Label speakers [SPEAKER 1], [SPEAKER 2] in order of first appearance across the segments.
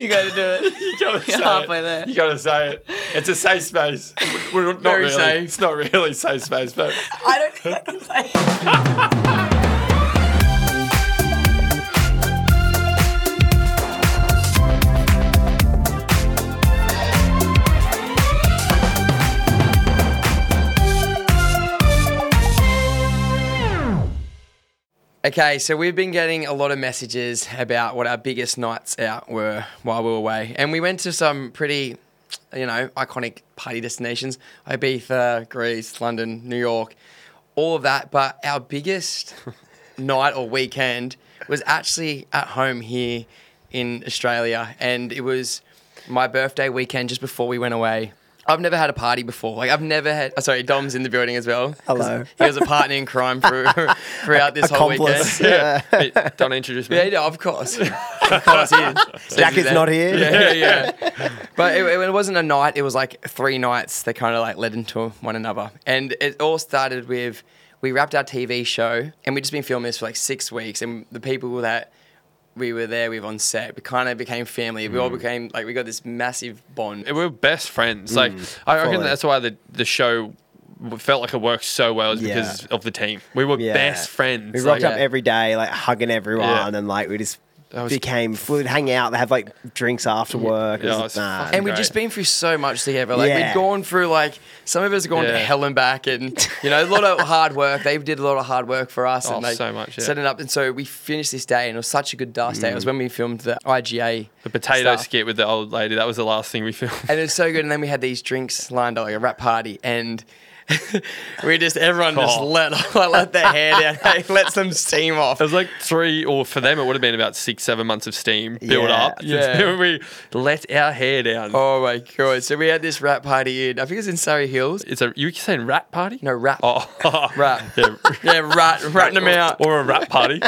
[SPEAKER 1] You gotta do it.
[SPEAKER 2] You gotta
[SPEAKER 1] You're
[SPEAKER 2] say
[SPEAKER 1] halfway
[SPEAKER 2] it.
[SPEAKER 1] there.
[SPEAKER 2] You gotta say it. It's a safe space. We're not Very really.
[SPEAKER 1] safe.
[SPEAKER 2] It's not really safe space, but
[SPEAKER 1] I don't think I can say it.
[SPEAKER 2] Okay, so we've been getting a lot of messages about what our biggest nights out were while we were away. And we went to some pretty, you know, iconic party destinations Ibiza, Greece, London, New York, all of that. But our biggest night or weekend was actually at home here in Australia. And it was my birthday weekend just before we went away. I've never had a party before. Like I've never had. Oh, sorry, Dom's in the building as well. 'cause
[SPEAKER 3] Hello.
[SPEAKER 2] He was a partner in crime through, throughout this whole weekend.
[SPEAKER 3] Accomplice.
[SPEAKER 4] Yeah. But don't introduce me.
[SPEAKER 2] Yeah, yeah, of course. of course, he is. So
[SPEAKER 3] Jack
[SPEAKER 2] he's
[SPEAKER 3] is
[SPEAKER 2] there.
[SPEAKER 3] not here.
[SPEAKER 2] Yeah, yeah. yeah. but it, it wasn't a night. It was like three nights that kind of like led into one another. And it all started with we wrapped our TV show and we'd just been filming this for like six weeks. And the people that we were there with on set, we kind of became family. We all
[SPEAKER 3] Mm.
[SPEAKER 2] became like, we got this massive bond.
[SPEAKER 4] We were best friends. Like I reckon
[SPEAKER 3] fully.
[SPEAKER 4] that's why the the show w- felt like it worked so well is
[SPEAKER 3] Yeah.
[SPEAKER 4] because of the team. We were
[SPEAKER 3] Yeah.
[SPEAKER 4] best friends.
[SPEAKER 3] We rocked
[SPEAKER 4] like,
[SPEAKER 3] up
[SPEAKER 2] yeah.
[SPEAKER 3] every day, like hugging everyone,
[SPEAKER 4] Yeah.
[SPEAKER 3] and like we just
[SPEAKER 4] was-
[SPEAKER 3] became. We'd hang out, have like drinks after work.
[SPEAKER 4] Yeah,
[SPEAKER 3] It
[SPEAKER 4] it
[SPEAKER 3] was,
[SPEAKER 4] was
[SPEAKER 3] nah.
[SPEAKER 4] fucking
[SPEAKER 2] And we've
[SPEAKER 4] Great.
[SPEAKER 2] just been through so much together. Like
[SPEAKER 3] Yeah.
[SPEAKER 2] we've gone through like some of us have gone to
[SPEAKER 4] Yeah.
[SPEAKER 2] hell and back, and you know a lot of hard work. They did a lot of hard work for us,
[SPEAKER 4] Oh,
[SPEAKER 2] and like
[SPEAKER 4] so much, yeah.
[SPEAKER 2] setting up. And so we finished this day, and it was such a good dance day. It was when we filmed the IGA,
[SPEAKER 4] the potato
[SPEAKER 2] stuff.
[SPEAKER 4] skit with the old lady. That was the last thing we filmed.
[SPEAKER 2] and it was so good. And then we had these drinks lined up like a rap party, and. we just everyone just
[SPEAKER 4] Oh.
[SPEAKER 2] let let their hair down, like, let some steam off.
[SPEAKER 4] It was like three, or for them, it would have been about six, seven months of steam built
[SPEAKER 3] Yeah.
[SPEAKER 4] up.
[SPEAKER 2] Yeah.
[SPEAKER 4] we let our hair down.
[SPEAKER 2] Oh my god! So we had this rap party in I think it was in Surrey Hills.
[SPEAKER 4] It's a you were saying rat party?
[SPEAKER 2] No rap,
[SPEAKER 4] Oh,
[SPEAKER 2] rap,
[SPEAKER 4] Yeah.
[SPEAKER 2] yeah, rat, ratting them out.
[SPEAKER 4] Or a rat party.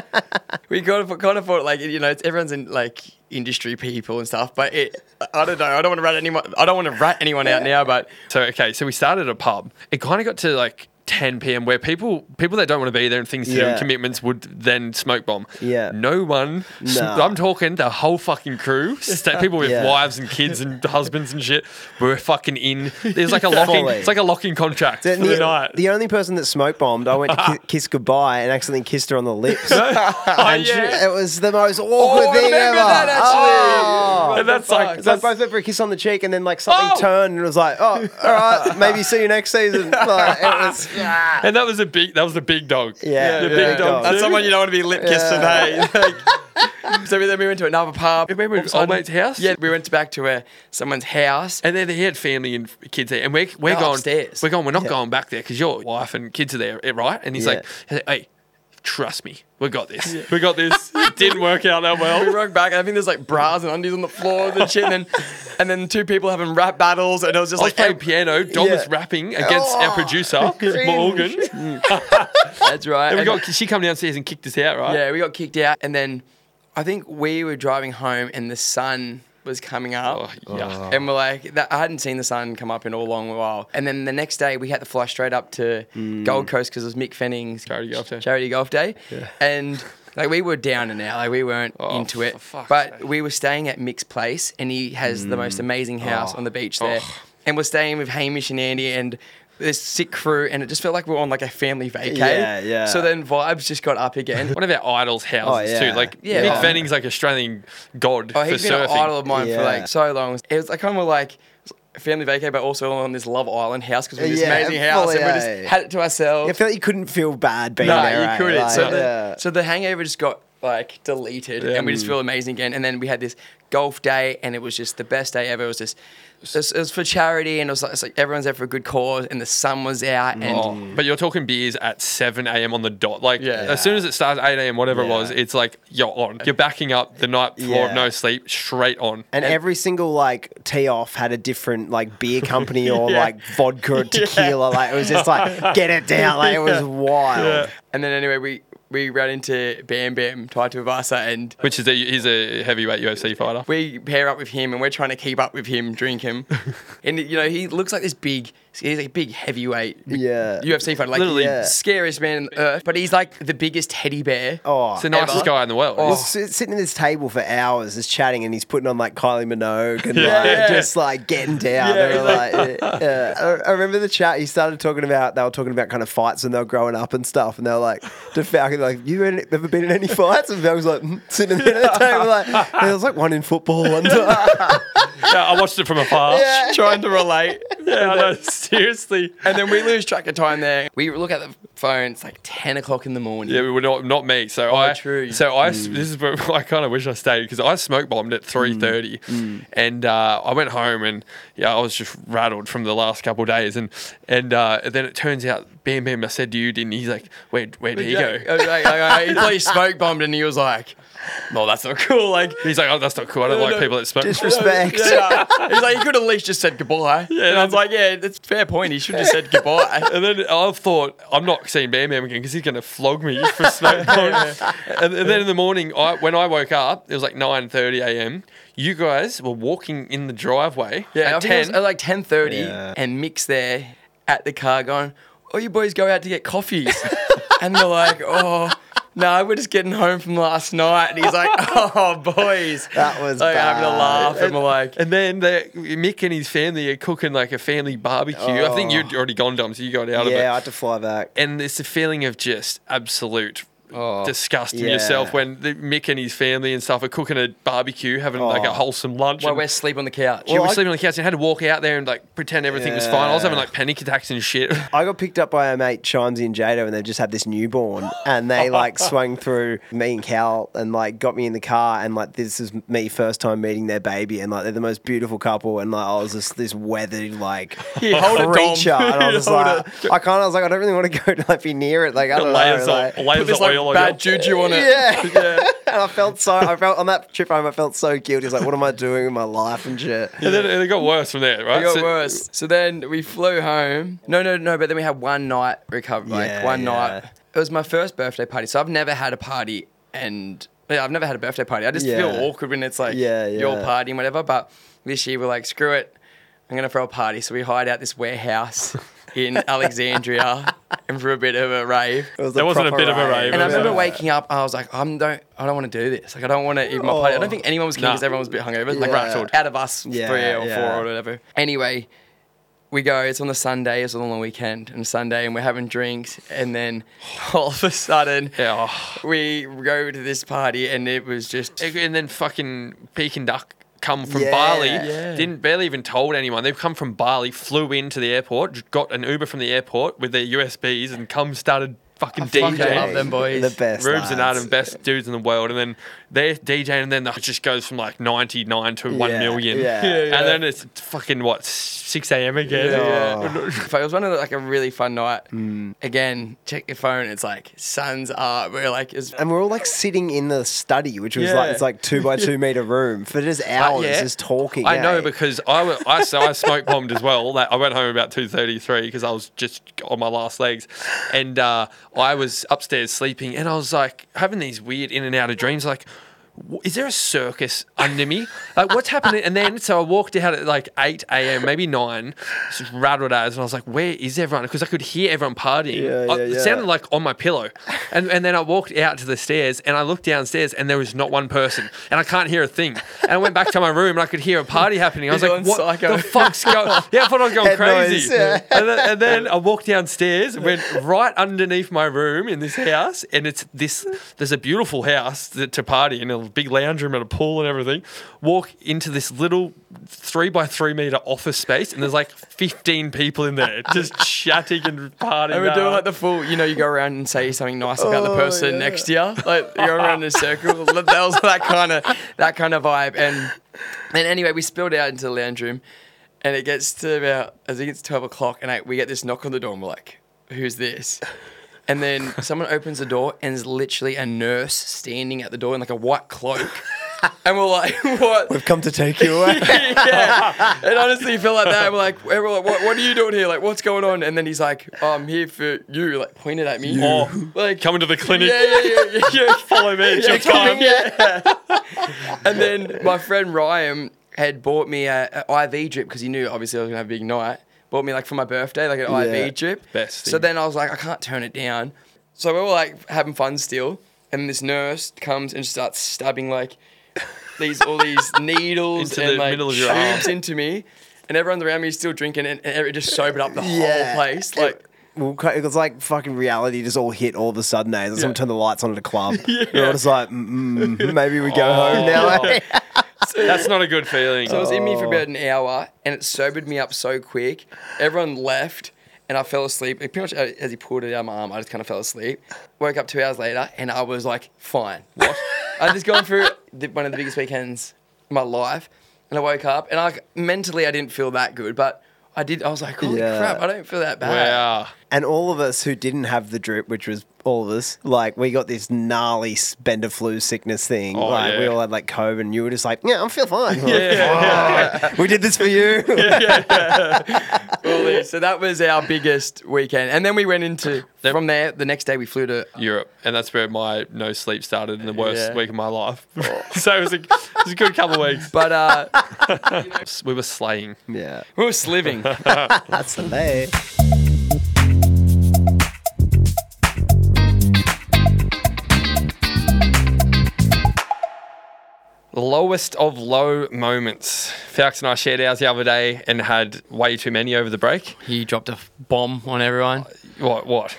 [SPEAKER 2] we kind of kind of thought like you know it's everyone's in like industry people and stuff, but it I don't know. I don't want to rat anyone. I don't want to rat anyone out now, but
[SPEAKER 4] So okay, so we started at a pub. It kind of got to like 10 p.m. where people people that don't want to be there and things to do
[SPEAKER 3] Yeah.
[SPEAKER 4] and commitments would then smoke bomb.
[SPEAKER 3] Yeah.
[SPEAKER 4] No one.
[SPEAKER 3] Nah.
[SPEAKER 4] I'm talking the whole fucking crew. sta- people with
[SPEAKER 3] Yeah.
[SPEAKER 4] wives and kids and husbands and shit. We're fucking in. There's like a locking.
[SPEAKER 3] Fully.
[SPEAKER 4] It's like a locking contract
[SPEAKER 3] The,
[SPEAKER 4] for the night.
[SPEAKER 3] the only person that smoke bombed, I went to ki- kiss goodbye and accidentally kissed her on the lips.
[SPEAKER 4] oh,
[SPEAKER 3] And she- it was the most awkward
[SPEAKER 2] I
[SPEAKER 3] thing
[SPEAKER 2] remember
[SPEAKER 3] ever.
[SPEAKER 2] that actually.
[SPEAKER 3] Oh.
[SPEAKER 2] What
[SPEAKER 4] And
[SPEAKER 2] the
[SPEAKER 4] that's like-
[SPEAKER 2] fuck?
[SPEAKER 3] So I both went for a kiss on the cheek, and then like something
[SPEAKER 4] Oh.
[SPEAKER 3] turned, and it was like, oh, all right, maybe see you next season. Like, it was, yeah,
[SPEAKER 4] And that was a big. That was the big dog.
[SPEAKER 3] yeah,
[SPEAKER 4] The big dog.
[SPEAKER 2] that's someone you don't want to be lip kissed today. Like, so then we went to another pub.
[SPEAKER 4] Remember his
[SPEAKER 2] All
[SPEAKER 4] old
[SPEAKER 2] of a
[SPEAKER 4] mate's
[SPEAKER 2] sudden-
[SPEAKER 4] house?
[SPEAKER 2] Yeah, we went back to a, someone's house.
[SPEAKER 4] And then he had family and kids there, and we're we're
[SPEAKER 2] No,
[SPEAKER 4] going
[SPEAKER 2] upstairs.
[SPEAKER 4] We're going. We're not
[SPEAKER 3] Yeah.
[SPEAKER 4] going back there because your wife and kids are there, eh, right? And he's
[SPEAKER 3] Yeah.
[SPEAKER 4] like, he's like, "Hey, trust me, we got this. We got this." it didn't work out that
[SPEAKER 2] We
[SPEAKER 4] well.
[SPEAKER 2] walked back, and I think there's like bras and undies on the floor and shit, and then, and then two people having rap battles, and it was just
[SPEAKER 4] I was
[SPEAKER 2] like,
[SPEAKER 4] playing piano. Dom was
[SPEAKER 3] Yeah.
[SPEAKER 4] rapping against
[SPEAKER 2] Oh,
[SPEAKER 4] our producer Morgan, and
[SPEAKER 2] that's right.
[SPEAKER 4] we
[SPEAKER 2] And-
[SPEAKER 4] got. She come downstairs and kicked us out, right?
[SPEAKER 2] Yeah, we got kicked out, and then I think we were driving home, and the sun was coming
[SPEAKER 4] Oh,
[SPEAKER 2] up,
[SPEAKER 4] yuck.
[SPEAKER 2] and we're like, that, I hadn't seen the sun come up in a long while. And then the next day, we had to fly straight up to Gold Coast because it was Mick Fenning's
[SPEAKER 4] Mm. Charity golf day.
[SPEAKER 2] charity golf day, and. Like we were down and out, like we weren't
[SPEAKER 4] Oh,
[SPEAKER 2] into
[SPEAKER 4] for
[SPEAKER 2] it.
[SPEAKER 4] fuck's
[SPEAKER 2] But
[SPEAKER 4] sake. Mm.
[SPEAKER 2] we were staying at Mick's place, and he has the most amazing house on the beach there.
[SPEAKER 4] Oh.
[SPEAKER 2] And we're staying with Hamish and Andy and this sick crew, and it just felt like we were on like a family vacay.
[SPEAKER 3] Yeah, yeah.
[SPEAKER 2] So then vibes just got up again.
[SPEAKER 4] One of our idols' houses
[SPEAKER 3] yeah.
[SPEAKER 4] too. Like
[SPEAKER 2] Oh, Yeah.
[SPEAKER 4] Nick
[SPEAKER 2] Oh.
[SPEAKER 4] Fanning's like Australian god
[SPEAKER 2] Oh,
[SPEAKER 4] for
[SPEAKER 2] he's been
[SPEAKER 4] surfing.
[SPEAKER 2] an idol of mine for
[SPEAKER 3] Yeah.
[SPEAKER 2] like so long. It was like kind of like family vacay, but also on this Love Island house because we had this
[SPEAKER 3] Yeah,
[SPEAKER 2] amazing house
[SPEAKER 3] fully,
[SPEAKER 2] and we just
[SPEAKER 3] eh?
[SPEAKER 2] had it to ourselves.
[SPEAKER 3] I feel like you couldn't feel bad being
[SPEAKER 2] no,
[SPEAKER 3] there.
[SPEAKER 2] you
[SPEAKER 3] eh?
[SPEAKER 2] couldn't.
[SPEAKER 3] Like,
[SPEAKER 2] so, the,
[SPEAKER 3] yeah.
[SPEAKER 2] so the hangover just got like deleted,
[SPEAKER 4] Yeah.
[SPEAKER 2] and we just feel amazing again. And then we had this golf day, and it was just the best day ever. It was just. It was, it was for charity, and it was like, it's like everyone's there for a good cause, and the sun was out, and
[SPEAKER 4] Oh, but you're talking beers at 7 a.m. on the dot. Like,
[SPEAKER 2] Yeah.
[SPEAKER 4] as soon as it starts 8 a.m., whatever it was,
[SPEAKER 3] Yeah.
[SPEAKER 4] it's like you're on. You're backing up the night before,
[SPEAKER 3] Yeah.
[SPEAKER 4] no sleep, straight on.
[SPEAKER 3] And every single like tee off had a different like beer company or
[SPEAKER 2] Yeah.
[SPEAKER 3] like vodka or tequila. Like it was just like get it down. Like it was wild.
[SPEAKER 2] and then anyway, we we ran into Bam Bam Taito Vasa, and
[SPEAKER 4] Which is a, he's a heavyweight UFC fighter.
[SPEAKER 2] we pair up with him and we're trying to keep up with him, drink him. and, you know, he looks like this big, he's a big heavyweight
[SPEAKER 3] Yeah.
[SPEAKER 2] UFC fighter, like
[SPEAKER 4] Literally.
[SPEAKER 2] the scariest man on earth. But he's like the biggest teddy bear.
[SPEAKER 3] Oh,
[SPEAKER 4] It's the nicest
[SPEAKER 2] Ever.
[SPEAKER 4] guy in the world.
[SPEAKER 3] He's
[SPEAKER 4] He's-
[SPEAKER 3] sit- sitting at this table for hours, just chatting, and he's putting on like Kylie Minogue and
[SPEAKER 4] Yeah.
[SPEAKER 3] like,
[SPEAKER 4] Yeah.
[SPEAKER 3] just like getting down.
[SPEAKER 2] Yeah,
[SPEAKER 3] They were like, yeah, yeah. I, I remember the chat. He started talking about they were talking about kind of fights when they were growing up and stuff, and they were like, to Falcon, like, you been- ever been in any fights? And Falcon's like "Mm," sitting at the end of the table, like, "Yeah, there was like one in football one time.
[SPEAKER 4] Yeah, I watched it from afar. Yeah,
[SPEAKER 2] Trying to relate.
[SPEAKER 4] I know, seriously.
[SPEAKER 2] And then we lose track of time there. We look at the phone, it's like 10 o'clock in the morning.
[SPEAKER 4] Yeah, we were not not me. So I
[SPEAKER 2] Oh, true. Mm.
[SPEAKER 4] so I s- this is where I kind of wish I stayed because I smoke bombed at three thirty,
[SPEAKER 2] Mm.
[SPEAKER 4] and uh, I went home and yeah, I was just rattled from the last couple of days, and and uh, then it turns out Bam Bam I said to you didn't he? he's like where where'd he
[SPEAKER 2] Yeah,
[SPEAKER 4] go?
[SPEAKER 2] okay, okay. He probably smoke bombed and he was like, no, that's not cool. Like,
[SPEAKER 4] He's like oh that's not cool. I don't
[SPEAKER 2] No,
[SPEAKER 4] like
[SPEAKER 2] no.
[SPEAKER 4] people that smoke.
[SPEAKER 3] Disrespect.
[SPEAKER 2] yeah. He's like, you could at least just said goodbye. and I was like, yeah, that's a fair point. He should have said goodbye.
[SPEAKER 4] And then I thought, I'm not seeing Bam Bam again because he's going to flog me for smoke bomb. and, and then in the morning, I, when I woke up, it was like 9.30 a.m. You guys were walking in the driveway
[SPEAKER 2] Yeah, I
[SPEAKER 4] at
[SPEAKER 2] think it was
[SPEAKER 4] 10.
[SPEAKER 2] at like 10.30
[SPEAKER 3] Yeah.
[SPEAKER 2] and Mick's there at the car going, oh, you boys go out to get coffees. and they're like, oh, no, we're just getting home from last night. And he's like, oh, boys.
[SPEAKER 3] That was
[SPEAKER 2] like, having a
[SPEAKER 3] bad.
[SPEAKER 2] laugh. And we're like,
[SPEAKER 4] And then they, Mick and his family are cooking like a family barbecue. I think you'd
[SPEAKER 2] Oh.
[SPEAKER 4] already gone dumb, so you got out
[SPEAKER 3] yeah, I
[SPEAKER 4] of it.
[SPEAKER 3] had to fly back.
[SPEAKER 4] And it's a feeling of just absolute
[SPEAKER 2] Oh,
[SPEAKER 4] disgust in
[SPEAKER 3] Yeah.
[SPEAKER 4] yourself when the, Mick and his family and stuff are cooking a barbecue, having like a
[SPEAKER 3] Oh.
[SPEAKER 4] wholesome lunch.
[SPEAKER 2] while
[SPEAKER 4] and-
[SPEAKER 2] we're asleep on the couch.
[SPEAKER 4] yeah,
[SPEAKER 3] Well,
[SPEAKER 4] we're
[SPEAKER 3] I-
[SPEAKER 4] sleeping on the couch and had to walk out there and like pretend everything was fine. I was having
[SPEAKER 3] Yeah.
[SPEAKER 4] like panic attacks and shit.
[SPEAKER 3] I got picked up by our mate Chimesy and Jado, and they just had this newborn, and they like swung through me and Cal, and like got me in the car, and like this is me first time meeting their baby, and like they're the most beautiful couple, and like I was just this weathered like
[SPEAKER 2] Yeah, hold it, Dom.
[SPEAKER 3] creature, and I was just
[SPEAKER 2] Hold
[SPEAKER 3] like, I kind of was like, I don't really want to go to like be near it, like I don't
[SPEAKER 4] layers
[SPEAKER 3] know,
[SPEAKER 4] of,
[SPEAKER 3] like,
[SPEAKER 4] layers
[SPEAKER 2] Put this
[SPEAKER 4] of
[SPEAKER 2] like
[SPEAKER 4] oil
[SPEAKER 2] bad
[SPEAKER 4] on your
[SPEAKER 2] juju on it.
[SPEAKER 3] yeah. and I felt so, I felt on that trip home, I felt so guilty. It's like, what am I doing with my life and shit?
[SPEAKER 4] And then and it got worse from there, right?
[SPEAKER 2] It got
[SPEAKER 4] So-
[SPEAKER 2] worse. So then we flew home. No, no, no. But then we had one night recovery. like
[SPEAKER 3] Yeah,
[SPEAKER 2] one
[SPEAKER 3] yeah.
[SPEAKER 2] night. It was my first birthday party. So I've never had a party, and yeah, I've never had a birthday party. I just
[SPEAKER 3] Yeah.
[SPEAKER 2] feel awkward when it's like
[SPEAKER 3] Yeah,
[SPEAKER 2] your
[SPEAKER 3] yeah.
[SPEAKER 2] party and whatever. But this year we're like, screw it. I'm gonna throw a party. So we hired out this warehouse in Alexandria and for a bit of a rave.
[SPEAKER 3] It was
[SPEAKER 4] That wasn't a
[SPEAKER 3] proper
[SPEAKER 4] bit of a rave,
[SPEAKER 2] And I
[SPEAKER 4] was
[SPEAKER 2] remember
[SPEAKER 4] it?
[SPEAKER 2] waking up, I was like, I'm don't, I don't want to do this. Like, I don't want to eat my party. I don't think anyone was keen
[SPEAKER 4] Nah.
[SPEAKER 2] because everyone was a bit hungover. Like,
[SPEAKER 3] Yeah.
[SPEAKER 2] rattled. out of us
[SPEAKER 3] Yeah,
[SPEAKER 2] three or
[SPEAKER 3] yeah.
[SPEAKER 2] four or whatever. Anyway, we go. It's on the Sunday. It's on the long weekend and Sunday, and we're having drinks. And then all of a sudden,
[SPEAKER 4] Yeah. oh.
[SPEAKER 2] we go to this party, and it was just
[SPEAKER 4] And then fucking Peking Duck come from
[SPEAKER 3] Yeah.
[SPEAKER 4] Bali.
[SPEAKER 3] Yeah.
[SPEAKER 4] Didn't barely even told anyone. They've come from Bali, flew into the airport, got an Uber from the airport with their USBs and come started fucking
[SPEAKER 2] fucking
[SPEAKER 4] DJing.
[SPEAKER 2] love them boys.
[SPEAKER 3] The best.
[SPEAKER 4] Rubes and
[SPEAKER 3] lads.
[SPEAKER 4] Adam, best dudes in the world, and then they're DJing, and then the- it just goes from like ninety nine to one
[SPEAKER 3] Yeah,
[SPEAKER 4] million,
[SPEAKER 3] yeah. Yeah,
[SPEAKER 2] yeah.
[SPEAKER 4] and then it's fucking what six a.m. again.
[SPEAKER 3] Yeah.
[SPEAKER 2] If it was one of the, like a really fun night.
[SPEAKER 3] Mm.
[SPEAKER 2] Again, check your phone. It's like sun's up. We're like, it's
[SPEAKER 3] and we're all like sitting in the study, which was
[SPEAKER 2] Yeah.
[SPEAKER 3] like it's like two by two meter room for just hours,
[SPEAKER 4] yeah.
[SPEAKER 3] just talking.
[SPEAKER 4] I know
[SPEAKER 3] eh?
[SPEAKER 4] because I, wa- I so I smoke bombed as well. Like I went home about two thirty three because I was just on my last legs, and uh, I was upstairs sleeping, and I was like having these weird in and out of dreams, like. "W- Is there a circus under me? Like, what's happening? And then, so I walked out at like 8 a.m., maybe 9, just rattled as, and I was like, where is everyone? Because I could hear everyone partying.
[SPEAKER 3] Yeah,
[SPEAKER 4] I-
[SPEAKER 3] yeah,
[SPEAKER 4] It
[SPEAKER 3] yeah.
[SPEAKER 4] sounded like on my pillow. And, and then I walked out to the stairs and I looked downstairs and there was not one person and I can't hear a thing. And I went back to my room and I could hear a party happening. I was
[SPEAKER 2] You're
[SPEAKER 4] like,
[SPEAKER 2] going
[SPEAKER 4] what
[SPEAKER 2] psycho."
[SPEAKER 4] the fuck's going Yeah, I thought I was going
[SPEAKER 3] Head
[SPEAKER 4] crazy.
[SPEAKER 3] noise, yeah.
[SPEAKER 4] and, then, and then I walked downstairs, went right underneath my room in this house and it's this, there's a beautiful house that, to party in a big lounge room and a pool and everything. Walk into this little three by three meter office space and there's like 15 people in there just chatting and partying.
[SPEAKER 2] And we're doing
[SPEAKER 4] hard.
[SPEAKER 2] like the full, you know, you go around and say something nice about the
[SPEAKER 3] Oh,
[SPEAKER 2] person
[SPEAKER 3] yeah.
[SPEAKER 2] next to you. Like you go around in a circle. that was that kind of that kind of vibe. And and anyway, we spilled out into the lounge room, and it gets to about I think it's twelve o'clock, and I, we get this knock on the door, and we're like, "Who's this?" And then someone opens the door, and there's literally a nurse standing at the door in like a white cloak. And we're like, what?
[SPEAKER 3] We've come to take you away.
[SPEAKER 2] yeah. And honestly, you feel like that. We're like, we're like what, what are you doing here? Like, what's going on? And then he's like, oh, I'm here for you. Like, pointed at me.
[SPEAKER 4] Oh,
[SPEAKER 2] Like,
[SPEAKER 4] coming to the clinic.
[SPEAKER 2] yeah, yeah, yeah, yeah, yeah.
[SPEAKER 4] Follow me. it's your
[SPEAKER 2] Coming,
[SPEAKER 4] time.
[SPEAKER 2] yeah. and then my friend Ryan had bought me a, a IV drip because he knew obviously I was gonna have a big night. bought me like for my birthday, like an
[SPEAKER 3] Yeah.
[SPEAKER 2] IV drip.
[SPEAKER 4] Best
[SPEAKER 2] So
[SPEAKER 4] thing.
[SPEAKER 2] then I was like, I can't turn it down. So we were like having fun still, and this nurse comes and starts stabbing like these all these needles
[SPEAKER 4] Into
[SPEAKER 2] and
[SPEAKER 4] the
[SPEAKER 2] like
[SPEAKER 4] middle of your arm.
[SPEAKER 2] tubes into me, and everyone's around me is still drinking, and, and it just sobered up the
[SPEAKER 3] Yeah.
[SPEAKER 2] whole place. Like
[SPEAKER 3] Well, ca- it was like fucking reality just all hit all of a sudden. Eh? Someone turned the lights on at a club. You're all just like, mm, mm, maybe we
[SPEAKER 4] Oh.
[SPEAKER 3] go home now. eh?
[SPEAKER 4] That's not a good feeling.
[SPEAKER 2] So it was in me for about an hour, and it sobered me up so quick. Everyone left, and I fell asleep. It pretty much uh, as he pulled it out of my arm, I just kind of fell asleep. Woke up two hours later, and I was like, fine. What? I just gone through the, one of the biggest weekends of my life, and I woke up, and I mentally I didn't feel that good, but I did. I was like, holy
[SPEAKER 3] Yeah.
[SPEAKER 2] crap, I don't feel that bad.
[SPEAKER 4] Oh, wow.
[SPEAKER 3] And all of us who didn't have the drip, which was all of us, like we got this gnarly spender flu sickness thing.
[SPEAKER 4] Oh,
[SPEAKER 3] like we
[SPEAKER 4] yeah.
[SPEAKER 3] all had like COVID, and you were just like, yeah, I feel fine. We're like,
[SPEAKER 4] Yeah.
[SPEAKER 3] "Fuck, we did this for you.
[SPEAKER 2] Holy- So that was our biggest weekend, and then we went into from there. The next day we flew to
[SPEAKER 4] Europe, and that's where my no sleep started, and the worst
[SPEAKER 2] Yeah. Oh.
[SPEAKER 4] week of my life. so it was, a, it was a good couple of weeks.
[SPEAKER 2] but uh,
[SPEAKER 4] We were slaying.
[SPEAKER 3] yeah,
[SPEAKER 2] we were sliving.
[SPEAKER 3] that's a lay.
[SPEAKER 4] Lowest of low moments. Falx and I shared ours the other day and had way too many over the break.
[SPEAKER 2] He dropped a bomb on everyone.
[SPEAKER 4] What? What?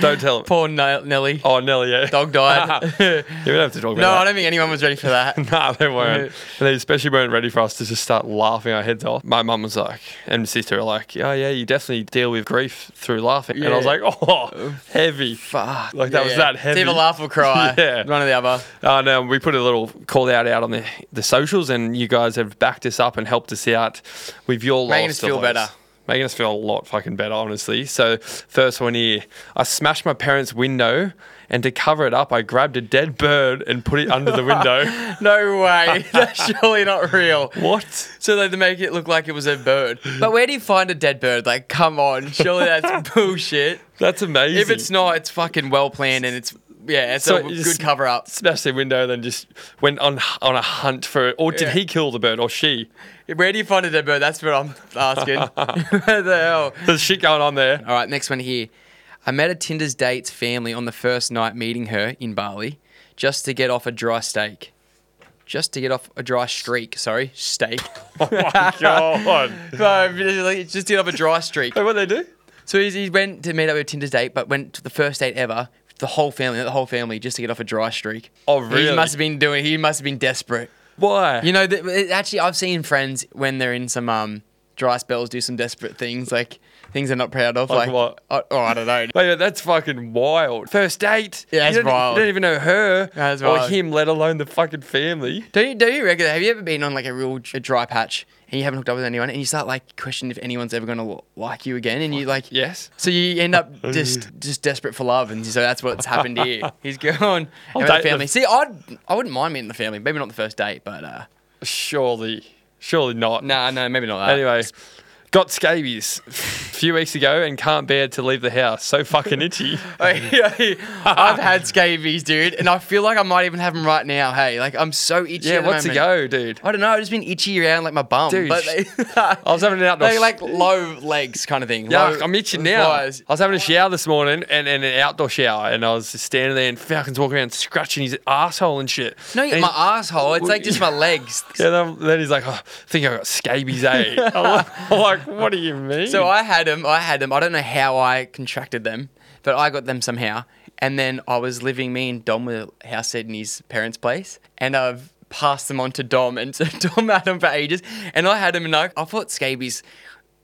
[SPEAKER 4] Don't tell him.
[SPEAKER 2] Poor Nel- Nelly.
[SPEAKER 4] Oh, Nelly, yeah.
[SPEAKER 2] Dog died. no,
[SPEAKER 4] You don't have to talk about
[SPEAKER 2] I
[SPEAKER 4] that.
[SPEAKER 2] don't think anyone was ready for that.
[SPEAKER 4] Nah, they weren't. And they especially weren't ready for us to just start laughing our heads off. My mum was like, and my sister were like, oh, yeah, you definitely deal with grief through laughing. And I was
[SPEAKER 2] Yeah.
[SPEAKER 4] like, oh, heavy.
[SPEAKER 2] Fuck.
[SPEAKER 4] Like, that was
[SPEAKER 2] Yeah.
[SPEAKER 4] that
[SPEAKER 2] It's
[SPEAKER 4] heavy.
[SPEAKER 2] either laugh or cry.
[SPEAKER 4] Yeah.
[SPEAKER 2] One or the other.
[SPEAKER 4] Uh, no, we put a little call out out on the, the socials, and you guys have backed us up and helped us out with your
[SPEAKER 2] Making
[SPEAKER 4] lowest
[SPEAKER 2] us feel
[SPEAKER 4] of lows.
[SPEAKER 2] better.
[SPEAKER 4] Making us feel a lot fucking better, honestly. So, first one here I smashed my parents' window, and to cover it up, I grabbed a dead bird and put it under the window.
[SPEAKER 2] No way. That's surely not real.
[SPEAKER 4] What?
[SPEAKER 2] So they make it look like it was a bird. But where do you find a dead bird? Like, come on. Surely that's bullshit.
[SPEAKER 4] That's amazing.
[SPEAKER 2] If it's not, it's fucking well planned and it's, yeah, it's
[SPEAKER 4] So
[SPEAKER 2] a
[SPEAKER 4] it just-
[SPEAKER 2] good cover up.
[SPEAKER 4] smashed their window, then just went on on a hunt for it. Or did
[SPEAKER 2] Yeah.
[SPEAKER 4] he kill the bird or she?
[SPEAKER 2] Where do you find a dead bird? That's what I'm asking. where the hell?
[SPEAKER 4] There's shit going on there.
[SPEAKER 2] All right, next one here. I met a Tinder's date's family on the first night meeting her in Bali just to get off a dry steak. Just to get off a dry streak, sorry, steak.
[SPEAKER 4] God.
[SPEAKER 2] no, literally, just to get off a dry streak.
[SPEAKER 4] what they do?
[SPEAKER 2] So he's, he went to meet up with Tinder's date, but went to the first date ever, the whole family, the whole family, just to get off a dry streak.
[SPEAKER 4] Oh, really?
[SPEAKER 2] He must have been doing, he must have been desperate.
[SPEAKER 4] Why?
[SPEAKER 2] You know, th- it- actually, I've seen friends when they're in some um, dry spells do some desperate things, like things they're not proud of.
[SPEAKER 4] Like
[SPEAKER 2] Like,
[SPEAKER 4] what?
[SPEAKER 2] I, oh, I don't know.
[SPEAKER 4] Oh, yeah, that's fucking wild. First date.
[SPEAKER 2] Yeah, that's
[SPEAKER 4] you don't, e-
[SPEAKER 2] wild.
[SPEAKER 4] You don't even know her
[SPEAKER 2] That's
[SPEAKER 4] or
[SPEAKER 2] wild.
[SPEAKER 4] him, let alone the fucking family.
[SPEAKER 2] Don't you, don't you reckon? Have you ever been on like a real dr- dry patch and you haven't hooked up with anyone and you start like questioning if anyone's ever going to like you again? And you like,
[SPEAKER 4] Yes.
[SPEAKER 2] So you end up
[SPEAKER 4] Oh,
[SPEAKER 2] just just desperate for love, and so that's what's happened here. He's gone. And
[SPEAKER 4] I'll
[SPEAKER 2] the
[SPEAKER 4] date the-
[SPEAKER 2] family. See, I'd I wouldn't mind meeting the family. Maybe not the first date, but uh,
[SPEAKER 4] Surely. Surely not.
[SPEAKER 2] nah, no, maybe not that.
[SPEAKER 4] Anyway, got scabies a few weeks ago and can't bear to leave the house. So fucking itchy.
[SPEAKER 2] I've had scabies, dude, and I feel like I might even have them right now. Hey, like I'm so itchy.
[SPEAKER 4] yeah,
[SPEAKER 2] at the
[SPEAKER 4] what's to
[SPEAKER 2] moment.
[SPEAKER 4] go, dude?
[SPEAKER 2] I don't know. I've just been itchy around like my bum.
[SPEAKER 4] Dude,
[SPEAKER 2] but
[SPEAKER 4] sh-
[SPEAKER 2] they,
[SPEAKER 4] I was having an outdoor
[SPEAKER 2] they like low legs kind of thing.
[SPEAKER 4] Yeah,
[SPEAKER 2] Low-
[SPEAKER 4] I'm itching now.
[SPEAKER 2] flies.
[SPEAKER 4] I was having a shower this morning and, and an outdoor shower, and I was just standing there, and Falcon's walking around scratching his asshole and shit.
[SPEAKER 2] No,
[SPEAKER 4] and
[SPEAKER 2] my asshole. It's like just my legs.
[SPEAKER 4] Yeah, then, then he's like, oh, I think I got scabies, eh? I'm like, I'm like, what do you mean?
[SPEAKER 2] So I had them. I had them. I don't know how I contracted them, but I got them somehow. And then I was living. Me and Dom were house at in his parents' place, and I've passed them on to Dom, and so Dom had them for ages. And I had them, and I, I thought scabies.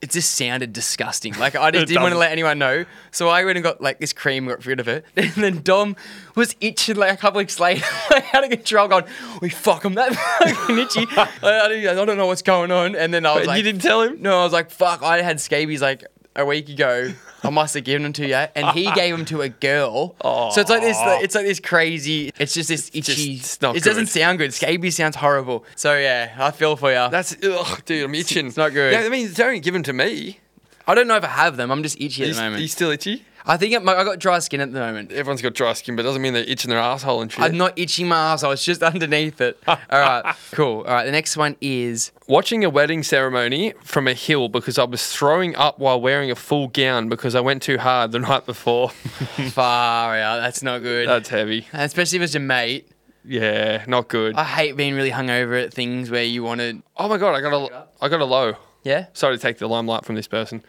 [SPEAKER 2] It just sounded disgusting. Like I
[SPEAKER 4] It
[SPEAKER 2] just didn't want to
[SPEAKER 4] does.
[SPEAKER 2] let anyone know. So I went and got like this cream, got rid of it. And then Dom was itching like a couple weeks later, like out of control, going, "We fuck, I'm that fucking itchy. I, I don't- I don't know what's going on." And then I was
[SPEAKER 4] But
[SPEAKER 2] like,
[SPEAKER 4] you didn't tell him?
[SPEAKER 2] no, I was like, fuck, I had scabies like a week ago. I must have given them to you, and he gave them to a girl. So it's like this. It's like this crazy. It's just this
[SPEAKER 4] just-
[SPEAKER 2] itchy.
[SPEAKER 4] it's not
[SPEAKER 2] it doesn't
[SPEAKER 4] good.
[SPEAKER 2] sound good. Scabies sounds horrible. So yeah, I feel for you.
[SPEAKER 4] That's, ugh, dude, I'm itching.
[SPEAKER 2] It's not good.
[SPEAKER 4] Yeah, I mean, don't give them to me.
[SPEAKER 2] I don't know if I have them. I'm just itchy at
[SPEAKER 4] You,
[SPEAKER 2] the
[SPEAKER 4] are
[SPEAKER 2] moment.
[SPEAKER 4] you still itchy?
[SPEAKER 2] I think it, I got dry skin at the moment.
[SPEAKER 4] Everyone's got dry skin, but it doesn't mean they're itching their asshole and shit.
[SPEAKER 2] I'm not itching my ass. I was just underneath it. All right, cool. All right, the next one is
[SPEAKER 4] Watching a wedding ceremony from a hill because I was throwing up while wearing a full gown because I went too hard the night before.
[SPEAKER 2] far out. That's not good.
[SPEAKER 4] That's heavy.
[SPEAKER 2] And especially if it's your mate.
[SPEAKER 4] Yeah, not good.
[SPEAKER 2] I hate being really hungover at things where you want to.
[SPEAKER 4] Oh my god, I got a I got a low.
[SPEAKER 2] Yeah.
[SPEAKER 4] Sorry to take the limelight from this person.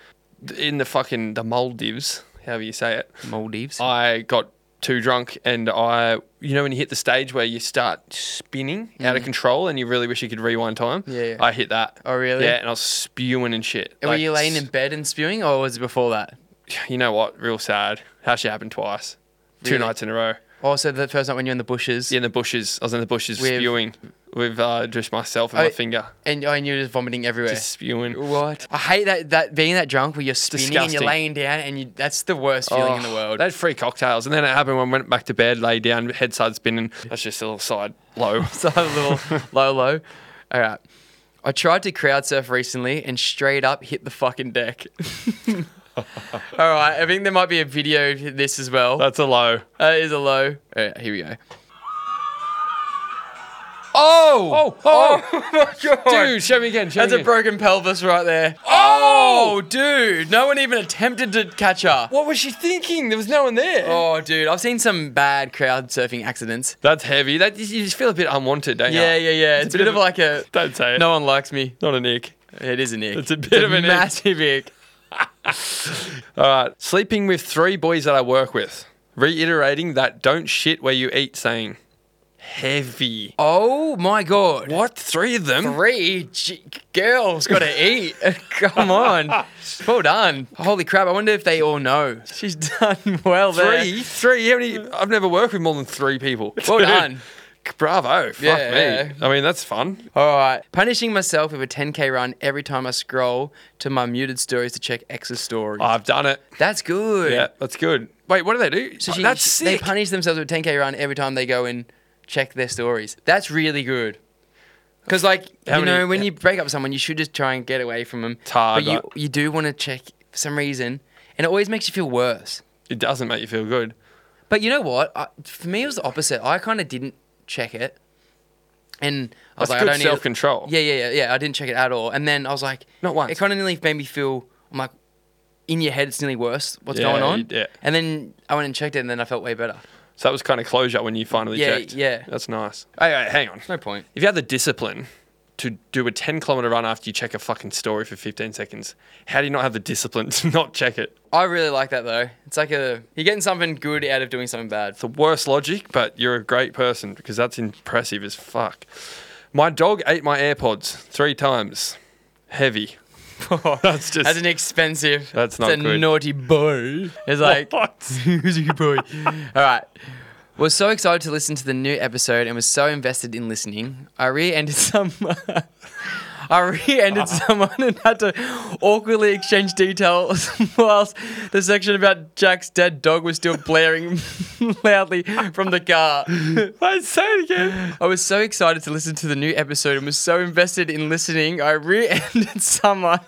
[SPEAKER 4] In the fucking the Maldives, however you say it.
[SPEAKER 2] Maldives.
[SPEAKER 4] I got too drunk and I, you know, when you hit the stage where you start spinning out of control and you really wish you could rewind time.
[SPEAKER 2] Mm. Yeah, yeah.
[SPEAKER 4] I hit that.
[SPEAKER 2] Oh, really?
[SPEAKER 4] Yeah, and I was spewing and shit.
[SPEAKER 2] Were you laying in
[SPEAKER 4] and
[SPEAKER 2] bed and spewing, or was it before that?
[SPEAKER 4] You know what? Real sad. How she happened twice, two
[SPEAKER 2] Really?
[SPEAKER 4] nights in a row.
[SPEAKER 2] Also, the first night when you're in the bushes.
[SPEAKER 4] Yeah, in the bushes. I was in the bushes
[SPEAKER 2] With-
[SPEAKER 4] spewing with uh, just myself and
[SPEAKER 2] Oh,
[SPEAKER 4] my finger,
[SPEAKER 2] And, oh, and you're just vomiting everywhere.
[SPEAKER 4] just spewing.
[SPEAKER 2] what? I hate that that being that drunk where you're spinning and you're
[SPEAKER 4] Disgusting.
[SPEAKER 2] laying down, and you, that's the worst feeling in the
[SPEAKER 4] Oh,
[SPEAKER 2] world.
[SPEAKER 4] They had free cocktails, and then it happened when I went back to bed, lay down, head side spinning. That's just a little side low.
[SPEAKER 2] So a little low, low. All right. I tried to crowd surf recently and straight up hit the fucking deck. All right, I think there might be a video to this as well.
[SPEAKER 4] That's a low.
[SPEAKER 2] That is a low. All right, here we go. Oh!
[SPEAKER 4] oh,
[SPEAKER 2] my god!
[SPEAKER 4] dude, show me again. Show
[SPEAKER 2] That's
[SPEAKER 4] me
[SPEAKER 2] a
[SPEAKER 4] again.
[SPEAKER 2] broken pelvis right there. Oh, dude! No one even attempted to catch her.
[SPEAKER 4] What was she thinking? There was no one there.
[SPEAKER 2] Oh, dude! I've seen some bad crowd surfing accidents.
[SPEAKER 4] That's heavy. That you just feel a bit unwanted, don't
[SPEAKER 2] Yeah,
[SPEAKER 4] you?
[SPEAKER 2] yeah, yeah. It's, a bit of like a.
[SPEAKER 4] Don't say it.
[SPEAKER 2] No one likes me.
[SPEAKER 4] not a nick.
[SPEAKER 2] It is an ick.
[SPEAKER 4] It's a bit of an ick.
[SPEAKER 2] massive ick.
[SPEAKER 4] All right. Sleeping with three boys that I work with. Reiterating that don't shit where you eat saying. Heavy.
[SPEAKER 2] Oh my god.
[SPEAKER 4] What? Three of them?
[SPEAKER 2] Three g- girls got to eat. Come on. Well done. Holy crap. I wonder if they all know. She's done well there.
[SPEAKER 4] Three? Three? How many? I've never worked with more than three people.
[SPEAKER 2] Well
[SPEAKER 4] Dude,
[SPEAKER 2] done.
[SPEAKER 4] Bravo. Fuck
[SPEAKER 2] Yeah, yeah.
[SPEAKER 4] me. I mean, that's fun.
[SPEAKER 2] All right. Punishing myself with a 10K run every time I scroll to my muted stories to check X's story.
[SPEAKER 4] I've done it.
[SPEAKER 2] That's good.
[SPEAKER 4] Ah. Yeah, that's good. Wait, what do they do?
[SPEAKER 2] So she,
[SPEAKER 4] that's
[SPEAKER 2] she-
[SPEAKER 4] sick.
[SPEAKER 2] They punish themselves with a 10K run every time they go and check their stories. That's really good. Because, like,
[SPEAKER 4] How
[SPEAKER 2] you
[SPEAKER 4] many-
[SPEAKER 2] know, when you break up with someone, you should just try and get away from them.
[SPEAKER 4] It's hard,
[SPEAKER 2] But you,
[SPEAKER 4] right?
[SPEAKER 2] you do want to check for some reason, and it always makes you feel worse.
[SPEAKER 4] it doesn't make you feel good.
[SPEAKER 2] But you know what? I, for me, it was the opposite. I kind of didn't check it. And I was
[SPEAKER 4] That's
[SPEAKER 2] like,
[SPEAKER 4] good
[SPEAKER 2] I don't need-
[SPEAKER 4] self-control.
[SPEAKER 2] Yeah, yeah, yeah, yeah. I didn't check it at all. And then I was like,
[SPEAKER 4] Not once.
[SPEAKER 2] It kind of nearly made me feel, I'm like, in your head, it's nearly worse. What's
[SPEAKER 4] Yeah,
[SPEAKER 2] going
[SPEAKER 4] you-
[SPEAKER 2] on?
[SPEAKER 4] yeah.
[SPEAKER 2] And then I went and checked it, and then I felt way better.
[SPEAKER 4] So that was kind of closure when you finally
[SPEAKER 2] Yeah,
[SPEAKER 4] checked.
[SPEAKER 2] yeah.
[SPEAKER 4] That's nice. Hey, hey, hang on.
[SPEAKER 2] No point.
[SPEAKER 4] If you had the discipline to do a 10 kilometer run after you check a fucking story for 15 seconds, how do you not have the discipline to not check it?
[SPEAKER 2] I really like that though. It's like a you're getting something good out of doing something bad.
[SPEAKER 4] The worst logic, but you're a great person because that's impressive as fuck. My dog ate my AirPods three times. Heavy. that's just.
[SPEAKER 2] That's an expensive.
[SPEAKER 4] That's not
[SPEAKER 2] it's a
[SPEAKER 4] good.
[SPEAKER 2] naughty boy. It's like who's your boy? All right. Was so excited to listen to the new episode and was so invested in listening. I re-ended some. I re-ended
[SPEAKER 4] Uh-huh.
[SPEAKER 2] someone and had to awkwardly exchange details whilst the section about Jack's dead dog was still blaring loudly from the car.
[SPEAKER 4] Wait, say it again.
[SPEAKER 2] I was so excited to listen to the new episode and was so invested in listening. I re-ended someone.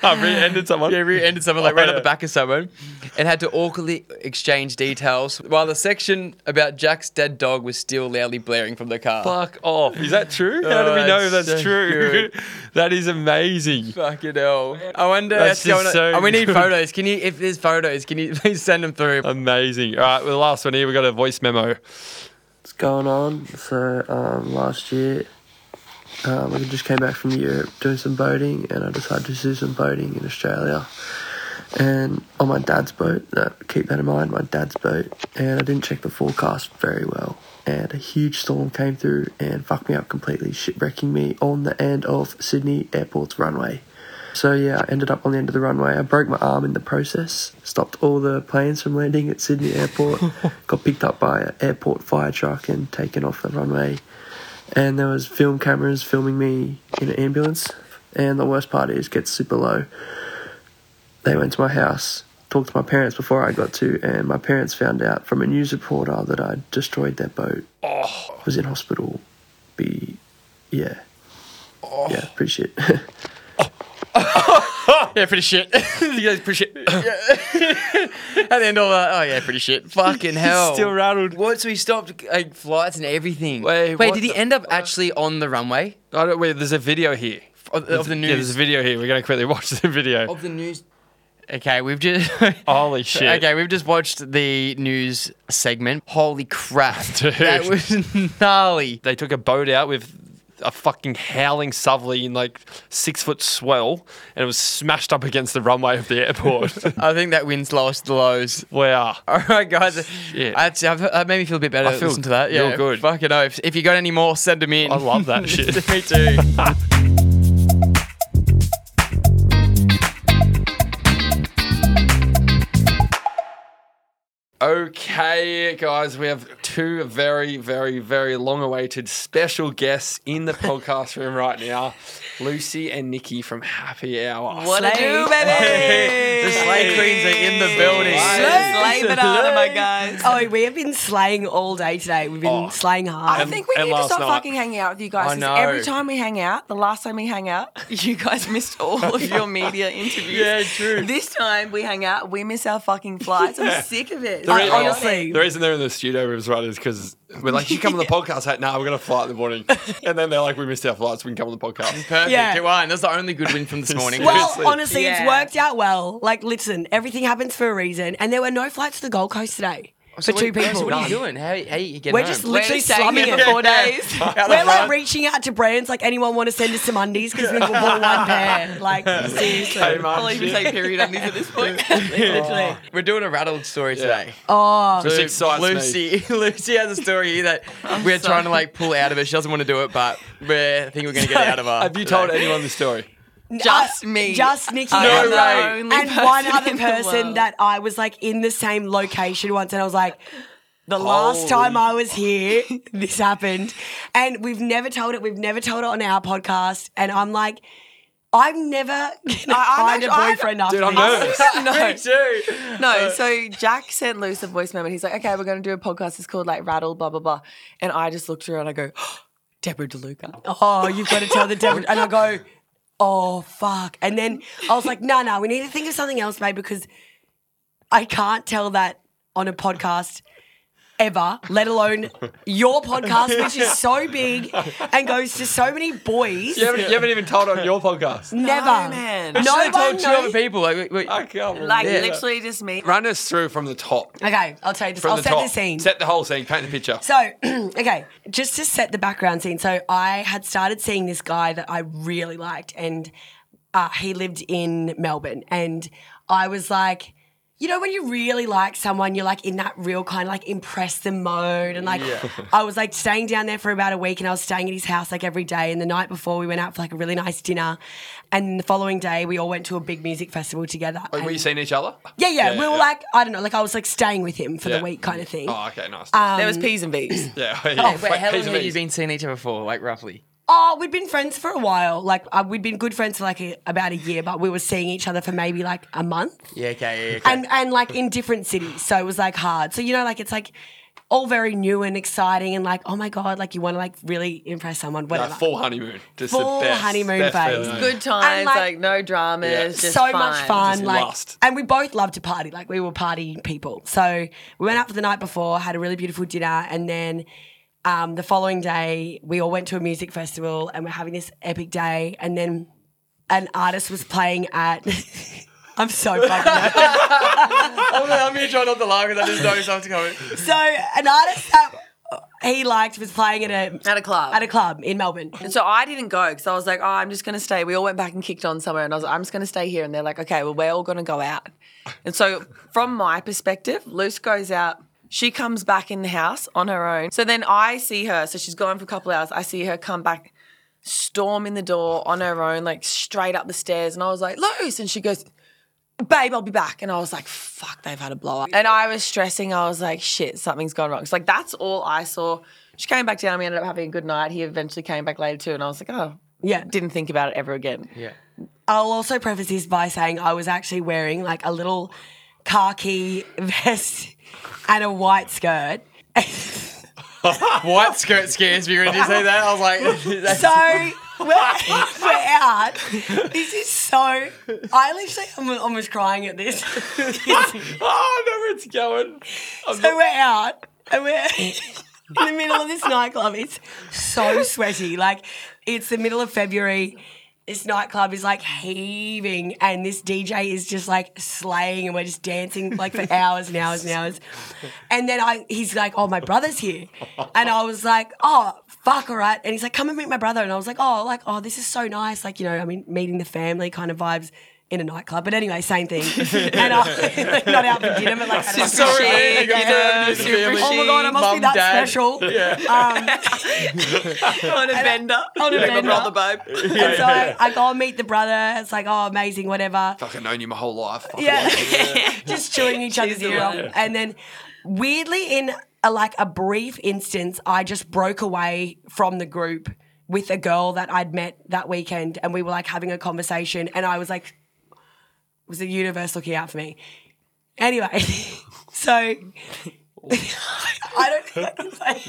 [SPEAKER 4] I re ended someone.
[SPEAKER 2] yeah, re-ended someone like right
[SPEAKER 4] Oh,
[SPEAKER 2] at
[SPEAKER 4] yeah.
[SPEAKER 2] the back of someone, and had to awkwardly exchange details while the section about Jack's dead dog was still loudly blaring from the car.
[SPEAKER 4] Fuck off. Is that true? How do
[SPEAKER 2] Oh,
[SPEAKER 4] we know
[SPEAKER 2] that's
[SPEAKER 4] that's
[SPEAKER 2] so
[SPEAKER 4] true? that is amazing.
[SPEAKER 2] Fucking hell! I wonder
[SPEAKER 4] That's
[SPEAKER 2] what's going on.
[SPEAKER 4] just so
[SPEAKER 2] and we need
[SPEAKER 4] good.
[SPEAKER 2] photos. Can you, if there's photos, can you please send them through?
[SPEAKER 4] Amazing. All right, well, the last one here, we got a voice memo.
[SPEAKER 5] What's going on? So um, last year, um, I just came back from Europe doing some boating, and I decided to do some boating in Australia. And on my dad's boat, uh, keep that in mind, my dad's boat, and I didn't check the forecast very well. And a huge storm came through and fucked me up completely, shipwrecking me on the end of Sydney Airport's runway. So yeah, I ended up on the end of the runway. I broke my arm in the process. Stopped all the planes from landing at Sydney Airport. got picked up by an airport fire truck and taken off the runway. And there was film cameras filming me in an ambulance. And the worst part is, gets super low. They went to my house, talked to my parents before I got to, and my parents found out from a news reporter that I destroyed their boat. Oh. Was in hospital. Be, yeah. Yeah, pretty shit.
[SPEAKER 2] yeah, pretty shit.
[SPEAKER 4] you guys appreciate
[SPEAKER 2] At the end of that, oh yeah, pretty shit. Fucking hell.
[SPEAKER 3] Still rattled.
[SPEAKER 2] What? So he stopped like, flights and everything.
[SPEAKER 4] Wait,
[SPEAKER 2] wait,
[SPEAKER 4] what
[SPEAKER 2] did he
[SPEAKER 4] the
[SPEAKER 2] end up actually on the runway
[SPEAKER 4] I don't, wait, there's a video here.
[SPEAKER 2] of, of the
[SPEAKER 4] Yeah, there's
[SPEAKER 2] news?
[SPEAKER 4] a video here. We're going to quickly watch the video.
[SPEAKER 2] of the news. Okay, we've just.
[SPEAKER 4] Oh, Holy shit.
[SPEAKER 2] Oh. Okay, we've just watched the news segment. Holy crap,
[SPEAKER 4] Dude.
[SPEAKER 2] that was gnarly.
[SPEAKER 4] They took a boat out with a fucking howling southerly in like six foot swell and it was smashed up against the runway of the airport.
[SPEAKER 2] I think that wins lowest lows.
[SPEAKER 4] wow.
[SPEAKER 2] All right, guys.
[SPEAKER 4] Shit.
[SPEAKER 2] Actually, I've, that made me feel a bit better.
[SPEAKER 4] I feel
[SPEAKER 2] Listen to that.
[SPEAKER 4] real
[SPEAKER 2] Yeah,
[SPEAKER 4] good.
[SPEAKER 2] Fucking oh, if, if you got any more, send them in.
[SPEAKER 4] I love that shit.
[SPEAKER 2] Me too.
[SPEAKER 4] Okay, guys, we have two very, very, very long awaited special guests in the podcast room right now Lucy and Nikki from Happy Hour.
[SPEAKER 1] What I do, baby?
[SPEAKER 2] The Slay Queens are in the building.
[SPEAKER 1] Slay, slay banana, my guys. Oh, we have been slaying all day today. We've been slaying hard.
[SPEAKER 6] I
[SPEAKER 4] And-
[SPEAKER 6] think we
[SPEAKER 4] and
[SPEAKER 6] need to
[SPEAKER 4] last
[SPEAKER 6] stop
[SPEAKER 4] night.
[SPEAKER 6] fucking hanging out with you guys.
[SPEAKER 2] I
[SPEAKER 6] 'cause
[SPEAKER 2] know.
[SPEAKER 6] Every time we hang out, the last time we hang out, you guys missed all of your media interviews. yeah,
[SPEAKER 4] true.
[SPEAKER 6] This time we hang out, we miss our fucking flights. I'm sick of it.
[SPEAKER 4] The
[SPEAKER 6] Like,
[SPEAKER 4] reason-
[SPEAKER 6] honestly.
[SPEAKER 4] the reason they're in the studio rooms right is because we're like, you come on the podcast. Like, nah, we're gonna fly in the morning, and then they're like, we missed our flights. We can come on the podcast.
[SPEAKER 2] Perfect.
[SPEAKER 1] Yeah.
[SPEAKER 2] It won. That's the only good win from this morning.
[SPEAKER 1] Well,
[SPEAKER 4] Seriously.
[SPEAKER 1] honestly,
[SPEAKER 6] Yeah.
[SPEAKER 1] it's worked out well. Like, listen, everything happens for a reason, and there were no flights to the Gold Coast today
[SPEAKER 2] Oh, So
[SPEAKER 1] for
[SPEAKER 2] what-
[SPEAKER 1] two people.
[SPEAKER 2] So what are you doing? How, how are you getting
[SPEAKER 1] We're
[SPEAKER 2] home?
[SPEAKER 1] just
[SPEAKER 6] We're
[SPEAKER 1] literally
[SPEAKER 6] staying
[SPEAKER 1] slumming
[SPEAKER 6] here
[SPEAKER 1] it.
[SPEAKER 6] for four days.
[SPEAKER 4] Oh,
[SPEAKER 1] We're like reaching out to brands like anyone want to send us some undies because we bought one pair. Like seriously,
[SPEAKER 6] I'll even take period undies at this point.
[SPEAKER 1] literally.
[SPEAKER 2] We're doing a rattled story today.
[SPEAKER 1] Oh,
[SPEAKER 4] Which
[SPEAKER 2] Lu-
[SPEAKER 4] excites me.
[SPEAKER 2] Lucy, Lucy has a story here that we're trying to like pull out of it. She doesn't want to do it, but we're, I think we're going to get it out of her.
[SPEAKER 4] Have you told
[SPEAKER 2] today.
[SPEAKER 4] anyone the story?
[SPEAKER 6] Just me.
[SPEAKER 1] just Nikki
[SPEAKER 6] I
[SPEAKER 2] No
[SPEAKER 6] am the
[SPEAKER 2] way.
[SPEAKER 6] only
[SPEAKER 1] and one
[SPEAKER 6] person
[SPEAKER 1] other
[SPEAKER 6] in the
[SPEAKER 1] person
[SPEAKER 6] world.
[SPEAKER 1] that I was like in the same location once, and I was like, the last time I was here, this happened, and we've never told it. We've never told it on our podcast, and I'm like, I've never
[SPEAKER 6] I'm
[SPEAKER 1] find a
[SPEAKER 6] actu- I'm-
[SPEAKER 1] boyfriend after
[SPEAKER 4] Dude, I'm
[SPEAKER 1] this.
[SPEAKER 4] nervous.
[SPEAKER 6] no,
[SPEAKER 2] Dude.
[SPEAKER 6] no. So Jack sent Luce a voice memo and he's like, okay, we're going to do a podcast. It's called like Rattle, blah, blah, blah. And I just looked through and I go, Deborah DeLuca.
[SPEAKER 1] oh, you've got to tell the devil. And I go, oh, fuck. And then I was like, no, no, we need to think of something else, mate, because I can't tell that on a podcast ever, let alone your podcast, which is so big and goes to so many boys.
[SPEAKER 4] You haven't, you haven't even told on your podcast.
[SPEAKER 1] Never.
[SPEAKER 6] No, man.
[SPEAKER 1] No
[SPEAKER 2] I
[SPEAKER 1] one
[SPEAKER 2] told two other
[SPEAKER 1] knows.
[SPEAKER 2] people. Like, we- we-
[SPEAKER 4] I can't. believe
[SPEAKER 6] Like
[SPEAKER 4] it.
[SPEAKER 6] literally just me.
[SPEAKER 4] run us through from the top.
[SPEAKER 1] Okay, I'll tell you this.
[SPEAKER 4] From
[SPEAKER 1] I'll
[SPEAKER 4] the
[SPEAKER 1] set
[SPEAKER 4] top.
[SPEAKER 1] the scene.
[SPEAKER 4] Set the whole scene. Paint the picture.
[SPEAKER 1] So, okay, just to set the background scene. So, I had started seeing this guy that I really liked, and uh, he lived in Melbourne. And I was like, you know, when you really like someone, you're like in that real kind of like impress them mode. And like, I was like staying down there for about a week and I was staying at his house like every day. And the night before, we went out for like a really nice dinner. And the following day, we all went to a big music festival together.
[SPEAKER 4] Like, Oh, were
[SPEAKER 1] And-
[SPEAKER 4] you seeing each other?
[SPEAKER 1] yeah, yeah,
[SPEAKER 4] Yeah,
[SPEAKER 1] We were
[SPEAKER 4] yeah.
[SPEAKER 1] like, I don't know, like I was like staying with him for
[SPEAKER 4] Yeah.
[SPEAKER 1] the week kind of thing.
[SPEAKER 4] Oh, okay, nice.
[SPEAKER 1] uh,
[SPEAKER 6] there was P's and B's.
[SPEAKER 4] yeah.
[SPEAKER 2] wait, how long
[SPEAKER 4] P's and
[SPEAKER 2] have you
[SPEAKER 4] B's.
[SPEAKER 2] been seeing each other for? Like, roughly?
[SPEAKER 1] Oh, we'd been friends for a while. Like uh, we'd been good friends for like a, about a year, but we were seeing each other for maybe like a month,
[SPEAKER 2] Yeah, okay, yeah, okay.
[SPEAKER 1] and and like in different cities. So it was like hard. So you know, like it's like all very new and exciting, and like oh my god, like you want to like really impress someone.
[SPEAKER 4] No,
[SPEAKER 1] Whatever.
[SPEAKER 4] full honeymoon. Just
[SPEAKER 1] Full
[SPEAKER 4] the best,
[SPEAKER 1] honeymoon
[SPEAKER 4] best
[SPEAKER 1] phase.
[SPEAKER 4] feeling.
[SPEAKER 6] Good times,
[SPEAKER 1] like,
[SPEAKER 6] like, no dramas,
[SPEAKER 4] Yeah.
[SPEAKER 6] just
[SPEAKER 1] so much fun,
[SPEAKER 4] Just
[SPEAKER 1] like,
[SPEAKER 4] lust.
[SPEAKER 1] and we both love to party. Like we were party people. So we went out for the night before, had a really beautiful dinner, and then um, the following day we all went to a music festival and we're having this epic day. And then an artist was playing at. I'm so fucking.
[SPEAKER 2] I'm going to try not to laugh because I just know something's coming.
[SPEAKER 1] so an artist that he liked was playing at a
[SPEAKER 6] At a club.
[SPEAKER 1] at a club in Melbourne.
[SPEAKER 6] so I didn't go because I was like, oh, I'm just going to stay. We all went back and kicked on somewhere, and I was like, I'm just going to stay here. And they're like, okay, well, we're all going to go out. And so, from my perspective, Luce goes out. She comes back in the house on her own. So then I see her. So she's gone for a couple hours. I see her come back, storm in the door on her own, like straight up the stairs. And I was like, Luce. And she goes, babe, I'll be back. And I was like, fuck, they've had a blow up. And I was stressing. I was like, shit, something's gone wrong. So, like, that's all I saw. She came back down. We ended up having a good night. He eventually came back later too. And I was like, oh,
[SPEAKER 1] Yeah.
[SPEAKER 6] didn't think about it ever again.
[SPEAKER 2] Yeah.
[SPEAKER 1] I'll also preface this by saying I was actually wearing like a little khaki vest and a white skirt.
[SPEAKER 2] White skirt scares me when you say that. I was like, that's
[SPEAKER 1] So we're, we're out bad. This is so. I literally am almost crying at this. so
[SPEAKER 4] Oh, I know where it's going. I'm not-
[SPEAKER 1] we're out and we're in the middle of this nightclub. It's so sweaty. Like it's the middle of February. This nightclub is like heaving, and this DJ is just like slaying, and we're just dancing like for hours and hours and hours. And then I, he's like, "Oh, my brother's here," and I was like, "Oh, fuck, all right." And he's like, "Come and meet my brother," and I was like, "Oh, like, oh, this is so nice, like, you know, I mean, meeting the family kind of vibes." In a nightclub, but anyway, same thing. and I, like, not out for dinner, but like, at a
[SPEAKER 2] so
[SPEAKER 1] fucking-
[SPEAKER 2] romantic. I'm trying to do the family.
[SPEAKER 1] Oh my god, I must be
[SPEAKER 2] Mum,
[SPEAKER 1] that
[SPEAKER 2] Dad.
[SPEAKER 1] special.
[SPEAKER 6] on a bender.
[SPEAKER 1] On a
[SPEAKER 6] Like
[SPEAKER 1] bender.
[SPEAKER 6] my brother, babe.
[SPEAKER 1] Um, and so I, I go and meet the brother. It's like, oh, amazing, whatever.
[SPEAKER 4] Fucking known you my whole life. Fucking
[SPEAKER 1] Yeah. Just chewing each other's
[SPEAKER 6] the
[SPEAKER 1] ear off.
[SPEAKER 6] one.
[SPEAKER 1] And then weirdly, in a, like a brief instance, I just broke away from the group with a girl that I'd met that weekend and we were like having a conversation and I was like, was the universe looking out for me? Anyway, so I don't think I can say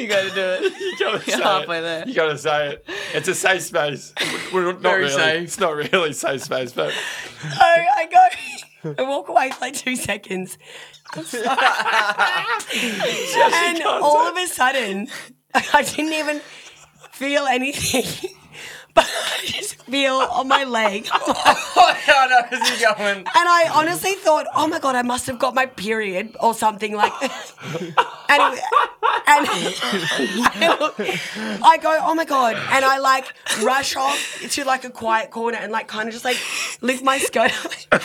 [SPEAKER 6] You got to do it.
[SPEAKER 4] You gotta say
[SPEAKER 6] halfway
[SPEAKER 4] it.
[SPEAKER 6] there.
[SPEAKER 4] You gotta say it. It's a safe space. We're not
[SPEAKER 2] Very
[SPEAKER 4] really.
[SPEAKER 2] safe.
[SPEAKER 4] It's not really safe space, but
[SPEAKER 1] So I go, I walk away for like two seconds. and all of a sudden, I didn't even feel anything. But I just feel on my leg.
[SPEAKER 2] Oh, how no, is he going?
[SPEAKER 1] And I honestly thought, oh my God, I must have got my period or something like And, and I go, oh my God. And I like rush off to like a quiet corner and like kind of just like lift my skirt up.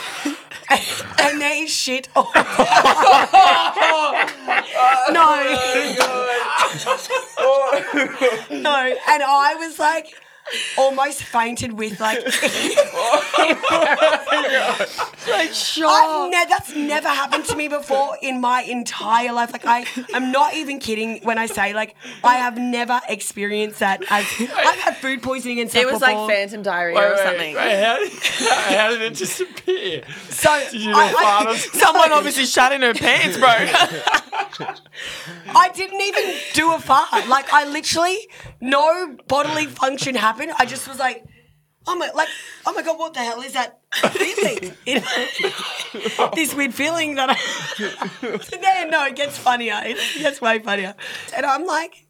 [SPEAKER 1] And, and there is shit all No. no. And I was like, almost fainted with like
[SPEAKER 6] Like,
[SPEAKER 1] I've
[SPEAKER 6] sure.
[SPEAKER 1] ne- that's never happened to me before in my entire life. Like I, I'm not even kidding when I say like I have never experienced that. As I've had food poisoning and stuff
[SPEAKER 6] It was like
[SPEAKER 1] before.
[SPEAKER 6] phantom diarrhea or something.
[SPEAKER 4] how, how did it just appear?
[SPEAKER 1] so
[SPEAKER 4] You
[SPEAKER 1] I,
[SPEAKER 4] know,
[SPEAKER 1] I-
[SPEAKER 4] fathers-
[SPEAKER 6] Someone obviously shot in her pants, bro.
[SPEAKER 1] I didn't even do a fart. Like I literally no bodily function happened. I just was like, oh my, like oh my god, what the hell is that feeling? It- this weird feeling that I. no, no, it gets funnier. It gets way funnier, and I'm like,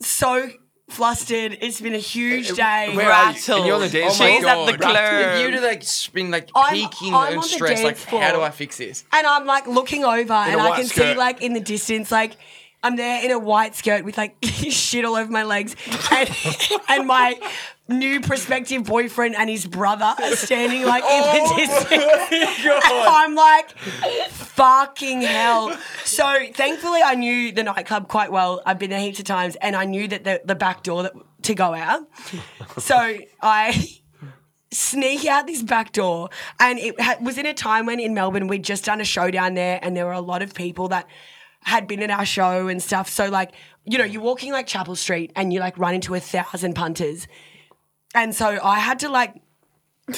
[SPEAKER 1] so flustered. It's been a huge day.
[SPEAKER 2] Where are you?
[SPEAKER 6] Rattled. Oh
[SPEAKER 2] And you're on the dance
[SPEAKER 6] She's
[SPEAKER 2] floor.
[SPEAKER 6] at the
[SPEAKER 2] God.
[SPEAKER 6] club.
[SPEAKER 2] You do like s- been like
[SPEAKER 1] I'm-
[SPEAKER 2] peeking
[SPEAKER 1] I'm
[SPEAKER 2] and
[SPEAKER 1] on the
[SPEAKER 2] stress. Like,
[SPEAKER 1] dance floor.
[SPEAKER 2] how do I fix this?
[SPEAKER 1] And I'm like looking over and
[SPEAKER 2] a
[SPEAKER 1] I
[SPEAKER 2] white
[SPEAKER 1] can see
[SPEAKER 2] skirt.
[SPEAKER 1] like in the distance, like I'm there in a white skirt with like shit all over my legs and, and my new prospective boyfriend and his brother are standing like in
[SPEAKER 2] Oh,
[SPEAKER 1] the distance. I'm like, fucking hell. So thankfully, I knew the nightclub quite well. I've been there heaps of times, and I knew that the, the back door that, to go out. So I sneak out this back door, and it ha- was in a time when in Melbourne we'd just done a show down there, and there were a lot of people that had been at our show and stuff. So like, you know, you're walking like Chapel Street, and you like run into a thousand punters, and so I had to like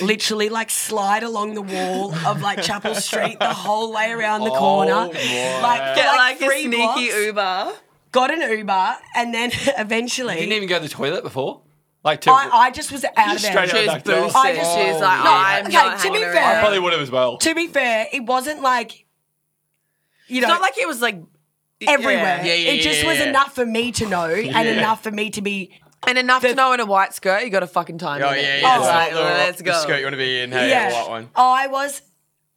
[SPEAKER 1] literally like slide along the wall of like Chapel Street the whole way around the corner. Like, for,
[SPEAKER 6] Get like,
[SPEAKER 1] like,
[SPEAKER 6] a
[SPEAKER 1] three
[SPEAKER 6] sneaky
[SPEAKER 1] blocks.
[SPEAKER 6] Uber.
[SPEAKER 1] Got an Uber and then eventually
[SPEAKER 4] You didn't even go to the toilet before? Like, to,
[SPEAKER 1] I, I just was out of
[SPEAKER 4] Just
[SPEAKER 1] there.
[SPEAKER 4] straight out the back door.
[SPEAKER 1] I just-
[SPEAKER 6] She's like, "Oh,
[SPEAKER 1] No,
[SPEAKER 6] I'm
[SPEAKER 1] okay,
[SPEAKER 6] not
[SPEAKER 1] to be
[SPEAKER 6] hanging
[SPEAKER 1] fair-
[SPEAKER 6] around.
[SPEAKER 4] I probably would have as well.
[SPEAKER 1] To be fair, it wasn't like you know
[SPEAKER 6] It's not like it was like
[SPEAKER 1] everywhere.
[SPEAKER 6] yeah.
[SPEAKER 2] Yeah, yeah,
[SPEAKER 1] it just
[SPEAKER 2] yeah,
[SPEAKER 1] was
[SPEAKER 2] yeah.
[SPEAKER 1] enough for me to know and enough for me to be
[SPEAKER 6] And enough to know in a white skirt, you got a fucking time.
[SPEAKER 2] Oh
[SPEAKER 6] in it.
[SPEAKER 2] yeah,
[SPEAKER 6] It's
[SPEAKER 2] yeah. it's not
[SPEAKER 6] like,
[SPEAKER 2] the-
[SPEAKER 6] well, let's
[SPEAKER 2] The skirt you
[SPEAKER 6] go.
[SPEAKER 2] want to be in. Hey,
[SPEAKER 1] yeah.
[SPEAKER 2] yeah. white one.
[SPEAKER 1] I was,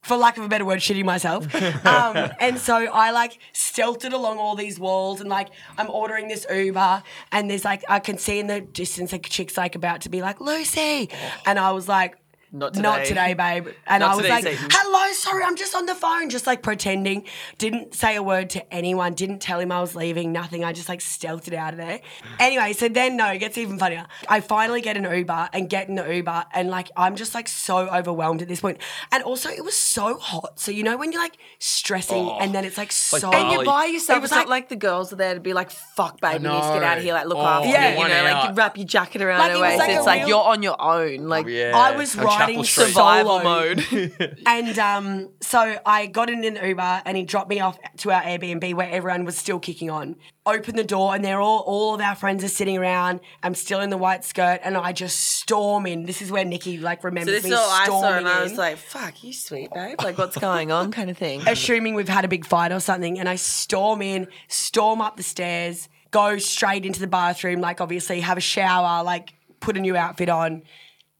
[SPEAKER 1] for lack of a better word, shitting myself. Um, and so I like stealthed along all these walls and like I'm ordering this Uber and there's like, I can see in the distance a chick's like about to be like, Lucy. And I was like,
[SPEAKER 6] Not today.
[SPEAKER 1] Not today, babe. And
[SPEAKER 6] Not
[SPEAKER 1] I was
[SPEAKER 6] today,
[SPEAKER 1] like,
[SPEAKER 6] Satan.
[SPEAKER 1] hello, sorry, I'm just on the phone, just like pretending. Didn't say a word to anyone, didn't tell him I was leaving, nothing. I just like stealthed it out of there. Anyway, so then no, it gets even funnier. I finally get an Uber and get in the Uber and like I'm just like so overwhelmed at this point. And also it was so hot. So you know when you're like stressing and then it's like, so
[SPEAKER 6] And you
[SPEAKER 4] Bali.
[SPEAKER 6] buy yourself.
[SPEAKER 1] It was
[SPEAKER 6] it's not
[SPEAKER 1] like-
[SPEAKER 6] like the girls are there to be like, "Fuck, babe, you need to get
[SPEAKER 2] know.
[SPEAKER 6] out of here." Like, look
[SPEAKER 2] Oh,
[SPEAKER 6] after
[SPEAKER 1] yeah.
[SPEAKER 6] you, you
[SPEAKER 2] One
[SPEAKER 6] know, like
[SPEAKER 2] out. Oh,
[SPEAKER 6] you wrap your jacket around
[SPEAKER 1] Like,
[SPEAKER 6] her
[SPEAKER 1] it was
[SPEAKER 6] waist.
[SPEAKER 1] like
[SPEAKER 6] it's
[SPEAKER 1] a
[SPEAKER 6] like
[SPEAKER 1] real-
[SPEAKER 6] you're on your own. Like,
[SPEAKER 2] Yeah.
[SPEAKER 1] I was
[SPEAKER 2] I'm
[SPEAKER 1] fighting
[SPEAKER 4] Street.
[SPEAKER 1] survival
[SPEAKER 6] survival
[SPEAKER 1] mode.
[SPEAKER 6] mode.
[SPEAKER 1] And um, so I got in an Uber and he dropped me off to our Airbnb where everyone was still kicking on. Opened the door and they're all all of our friends are sitting around. I'm still in the white skirt and I just storm in. This is where Nikki like
[SPEAKER 6] So
[SPEAKER 1] remembers
[SPEAKER 6] this
[SPEAKER 1] me
[SPEAKER 6] is all I saw,
[SPEAKER 1] storming
[SPEAKER 6] and I was
[SPEAKER 1] in,
[SPEAKER 6] like, "Fuck you, sweet babe! Like, what's going on?" Kind of thing.
[SPEAKER 1] assuming we've had a big fight or something. And I storm in, storm up the stairs, go straight into the bathroom, like obviously have a shower, like put a new outfit on.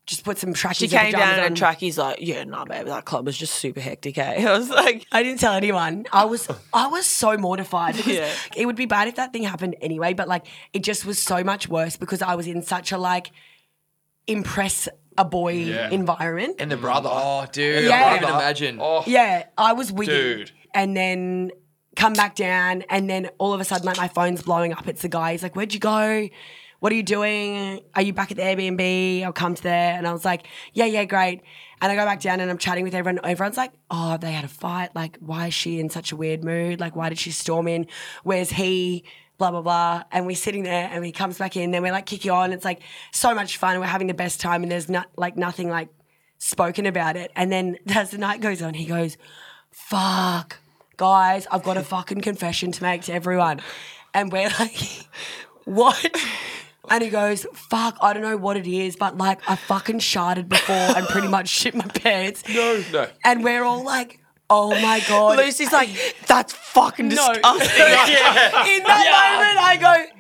[SPEAKER 1] Just put some trackies.
[SPEAKER 6] She
[SPEAKER 1] and
[SPEAKER 6] came
[SPEAKER 1] pajamas
[SPEAKER 6] down in
[SPEAKER 1] on.
[SPEAKER 6] a track. He's like, "Yeah, nah, babe, that club was just super hectic." Eh? I was like,
[SPEAKER 1] I didn't tell anyone. I was I was so mortified because
[SPEAKER 6] Yeah.
[SPEAKER 1] it would be bad if that thing happened anyway, but like it just was so much worse because I was in such a like impress a boy environment.
[SPEAKER 2] And the brother. Oh, dude. I
[SPEAKER 1] Yeah.
[SPEAKER 2] can't even imagine. Oh,
[SPEAKER 1] yeah, I was wigging.
[SPEAKER 4] Dude.
[SPEAKER 1] And then come back down and then all of a sudden like my phone's blowing up. It's the guy. He's like, "Where'd you go?" What are you doing? Are you back at the Airbnb? I'll come to there. And I was like, yeah, yeah, great. And I go back down and I'm chatting with everyone. Everyone's like, oh, they had a fight. Like, why is she in such a weird mood? Like, why did she storm in? Where's he? Blah, blah, blah. And we're sitting there and he comes back in. Then we're like kicking on. It's like so much fun. We're having the best time. And there's not like nothing like spoken about it. And then as the night goes on, he goes, fuck, guys, I've got a fucking confession to make to everyone. And we're like, what? And he goes, fuck, I don't know what it is, but like I fucking sharded before and pretty much shit my pants.
[SPEAKER 4] No, no.
[SPEAKER 1] And we're all like, oh my God.
[SPEAKER 6] "Lucy's like, that's fucking
[SPEAKER 1] No.
[SPEAKER 6] disgusting."
[SPEAKER 1] In that moment, I go,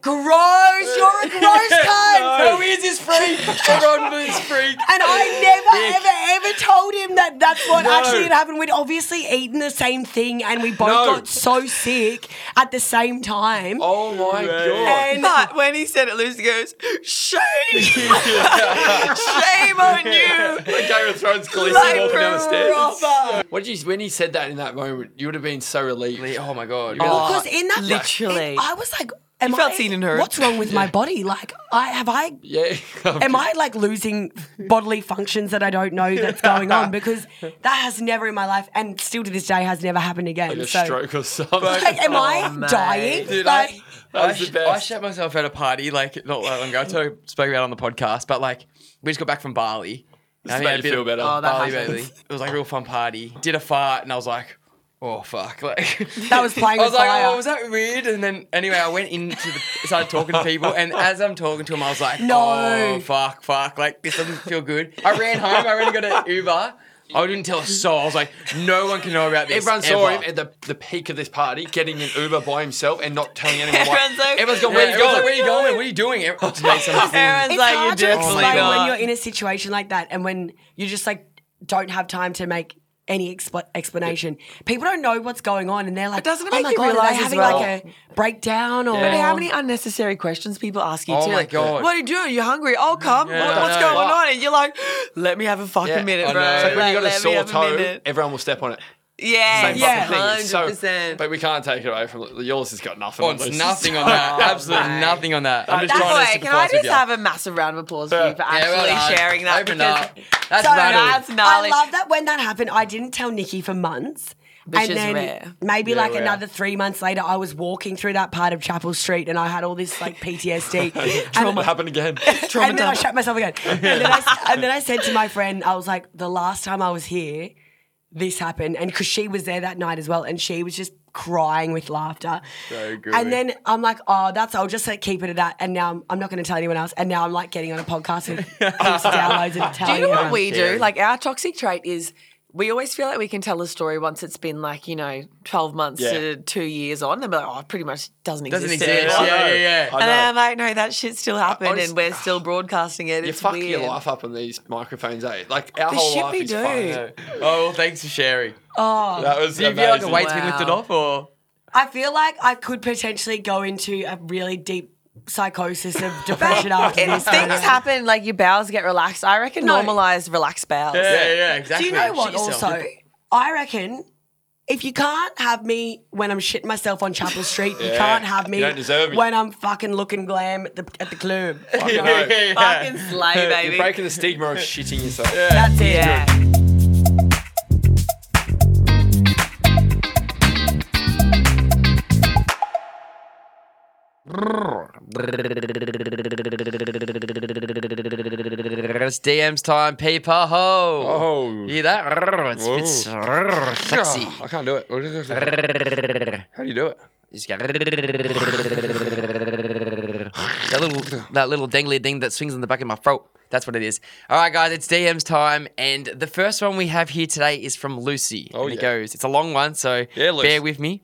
[SPEAKER 1] gross, you're a gross cunt.
[SPEAKER 2] Who is this freak? Everyone is freak.
[SPEAKER 1] And I never, ever, ever told him that that's what actually had happened. We'd obviously eaten the same thing and we both
[SPEAKER 4] No.
[SPEAKER 1] got so sick at the same time.
[SPEAKER 2] Oh, my God.
[SPEAKER 1] and
[SPEAKER 6] But when he said it, Lucy goes, "Shame, shame on you!"
[SPEAKER 4] Like Game of Thrones Khaleesi
[SPEAKER 6] Like,
[SPEAKER 4] walking down the stairs.
[SPEAKER 6] proper.
[SPEAKER 2] What did you, when he said that in that moment, you would have been so relieved. Oh, my God.
[SPEAKER 1] because in that
[SPEAKER 6] literally.
[SPEAKER 1] in- I was like, am
[SPEAKER 6] felt
[SPEAKER 1] I-
[SPEAKER 6] seen and heard.
[SPEAKER 1] What's wrong with my body? Like, I have I
[SPEAKER 2] yeah.
[SPEAKER 1] am I like losing bodily functions that I don't know that's going on? Because that has never in my life, and still to this day, has never happened again.
[SPEAKER 4] A
[SPEAKER 1] so,
[SPEAKER 4] stroke or something.
[SPEAKER 1] like, am I
[SPEAKER 6] mate.
[SPEAKER 1] dying?
[SPEAKER 2] Dude,
[SPEAKER 1] like,
[SPEAKER 2] I,
[SPEAKER 4] That
[SPEAKER 2] I,
[SPEAKER 4] was the
[SPEAKER 2] sh-
[SPEAKER 4] best.
[SPEAKER 2] I shat myself at a party like not that long ago. I told, spoke about it on the podcast, but like we just got back from Bali. I think
[SPEAKER 4] made
[SPEAKER 2] I
[SPEAKER 4] you
[SPEAKER 2] did-
[SPEAKER 4] feel better. Oh,
[SPEAKER 6] that
[SPEAKER 2] Bali,
[SPEAKER 6] happens.
[SPEAKER 2] Bailey. It was like a real fun party. Did a fart and I was like, oh fuck, like
[SPEAKER 1] that was playing
[SPEAKER 2] I
[SPEAKER 1] with
[SPEAKER 2] was like,
[SPEAKER 1] fire.
[SPEAKER 2] oh, was that weird? And then anyway, I went into the started talking to people, and as I'm talking to them, I was like,
[SPEAKER 1] No.
[SPEAKER 2] oh, fuck, fuck, like this doesn't feel good. I ran home. I ran and got an Uber. I didn't tell a soul. I was like, no one can know about this.
[SPEAKER 4] Everyone saw
[SPEAKER 2] ever.
[SPEAKER 4] him at the, the peak of this party getting an Uber by himself and not telling anyone
[SPEAKER 6] Everyone's
[SPEAKER 4] why.
[SPEAKER 6] like,
[SPEAKER 4] Everyone's going,
[SPEAKER 2] Yeah,
[SPEAKER 4] where you
[SPEAKER 2] everyone's
[SPEAKER 4] going?
[SPEAKER 2] like, where are you going? What are you doing? Everyone's made some-
[SPEAKER 6] Aaron's
[SPEAKER 1] it's
[SPEAKER 6] like, uh,
[SPEAKER 1] hard to
[SPEAKER 6] "You're definitely
[SPEAKER 1] explain when
[SPEAKER 6] not."
[SPEAKER 1] you're in a situation like that and when you just like don't have time to make any expl- explanation. People don't know what's going on and they're like,
[SPEAKER 6] doesn't it
[SPEAKER 1] oh
[SPEAKER 6] make
[SPEAKER 1] my
[SPEAKER 6] you
[SPEAKER 1] God, are
[SPEAKER 6] realise
[SPEAKER 1] they
[SPEAKER 6] as
[SPEAKER 1] having
[SPEAKER 6] well-
[SPEAKER 1] like a breakdown or
[SPEAKER 6] But how many unnecessary questions people ask you
[SPEAKER 2] Oh
[SPEAKER 6] too?
[SPEAKER 2] my
[SPEAKER 6] like,
[SPEAKER 2] God.
[SPEAKER 6] what are you doing? You hungry? I'll come. What-
[SPEAKER 2] I
[SPEAKER 6] what's
[SPEAKER 2] know.
[SPEAKER 6] going on? And you're like, let me have a fucking
[SPEAKER 4] Yeah,
[SPEAKER 6] minute,
[SPEAKER 4] I
[SPEAKER 6] bro.
[SPEAKER 4] know. It's like when
[SPEAKER 6] Like,
[SPEAKER 4] you got a
[SPEAKER 6] let me
[SPEAKER 4] sore
[SPEAKER 6] have
[SPEAKER 4] toe,
[SPEAKER 6] minute.
[SPEAKER 4] everyone will step on it.
[SPEAKER 6] yeah,
[SPEAKER 4] Same
[SPEAKER 1] Yeah.
[SPEAKER 4] fucking thing. It's so-
[SPEAKER 6] 100%.
[SPEAKER 4] but we can't take it away from yours. Has got nothing.
[SPEAKER 2] Oh,
[SPEAKER 4] on
[SPEAKER 2] it's
[SPEAKER 4] this.
[SPEAKER 2] nothing on that. Absolutely
[SPEAKER 6] mate.
[SPEAKER 2] nothing on that. I'm just
[SPEAKER 6] Oh, That's
[SPEAKER 2] trying
[SPEAKER 6] why.
[SPEAKER 2] to
[SPEAKER 6] Can I
[SPEAKER 2] sympathise with
[SPEAKER 6] just
[SPEAKER 2] you.
[SPEAKER 6] have a massive round of applause for you for
[SPEAKER 2] Yeah, well
[SPEAKER 6] actually
[SPEAKER 2] done.
[SPEAKER 6] sharing that?
[SPEAKER 2] Open
[SPEAKER 6] because
[SPEAKER 2] up. That's
[SPEAKER 6] So
[SPEAKER 2] rattled.
[SPEAKER 6] that's gnarly.
[SPEAKER 1] I love that when that happened, I didn't tell Nikki for months.
[SPEAKER 6] Which
[SPEAKER 1] and
[SPEAKER 6] is
[SPEAKER 1] then
[SPEAKER 6] rare.
[SPEAKER 1] maybe like
[SPEAKER 2] rare.
[SPEAKER 1] another three months later, I was walking through that part of Chapel Street and I had all this like PTSD. and,
[SPEAKER 4] Trauma happened again.
[SPEAKER 1] and then I shut myself again. And then, I, and then I said to my friend, I was like, the last time I was here, this happened. And because she was there that night as well, and she was just crying with laughter. So good. And then I'm like, oh, that's, I'll just like, keep it at that. And now I'm, I'm not going to tell anyone else. And now I'm like getting on a podcast with just downloads and telling
[SPEAKER 6] Do you know what
[SPEAKER 1] everyone.
[SPEAKER 6] we do? Like our toxic trait is we always feel like we can tell a story once it's been like you know twelve months
[SPEAKER 4] Yeah.
[SPEAKER 6] to two years on, and be like, oh, it pretty much doesn't exist.
[SPEAKER 2] Doesn't
[SPEAKER 6] anymore."
[SPEAKER 2] exist. Yeah, yeah, yeah.
[SPEAKER 4] I
[SPEAKER 6] And
[SPEAKER 4] know.
[SPEAKER 6] then I'm like, no, that shit still happened,
[SPEAKER 4] honest-
[SPEAKER 6] and we're still broadcasting it.
[SPEAKER 4] You
[SPEAKER 6] it's
[SPEAKER 4] fuck
[SPEAKER 6] weird.
[SPEAKER 4] your life up on these microphones, eh? Like our
[SPEAKER 6] The
[SPEAKER 4] whole
[SPEAKER 6] shit
[SPEAKER 4] life
[SPEAKER 6] we
[SPEAKER 4] is
[SPEAKER 6] do.
[SPEAKER 4] fun.
[SPEAKER 2] Oh, well, thanks for sharing.
[SPEAKER 4] That was
[SPEAKER 2] Do you feel like the
[SPEAKER 4] amazing.
[SPEAKER 2] weight's been lifted
[SPEAKER 6] Wow.
[SPEAKER 2] off, or
[SPEAKER 1] I feel like I could potentially go into a really deep psychosis of depression after
[SPEAKER 6] It-
[SPEAKER 1] this.
[SPEAKER 6] things happen, like your bowels get relaxed. I reckon
[SPEAKER 1] No.
[SPEAKER 6] normalize relaxed bowels.
[SPEAKER 2] yeah, yeah,
[SPEAKER 1] Do
[SPEAKER 2] exactly.
[SPEAKER 1] you know what?
[SPEAKER 2] Shit yourself.
[SPEAKER 1] Also, I reckon if you can't have me when I'm shitting myself on Chapel Street, you
[SPEAKER 4] Yeah.
[SPEAKER 1] can't have
[SPEAKER 4] You
[SPEAKER 1] me
[SPEAKER 4] don't deserve it.
[SPEAKER 1] when I'm fucking looking glam at the, at the club.
[SPEAKER 4] You know,
[SPEAKER 6] Fucking slay, baby.
[SPEAKER 4] You're breaking the stigma of shitting yourself.
[SPEAKER 1] That's it.
[SPEAKER 6] yeah.
[SPEAKER 2] it's DM's time, peeper ho.
[SPEAKER 4] Oh.
[SPEAKER 2] You hear that? It's, it's sexy.
[SPEAKER 4] I can't do it. How do you do it?
[SPEAKER 2] You just go. that little that little dangly ding that swings in the back of my throat. That's what it is. All right, guys, it's DM's time, and the first one we have here today is from Lucy.
[SPEAKER 4] Oh,
[SPEAKER 2] and it
[SPEAKER 4] yeah.
[SPEAKER 2] goes. It's a long one, so
[SPEAKER 4] Yeah, Lucy.
[SPEAKER 2] bear with me.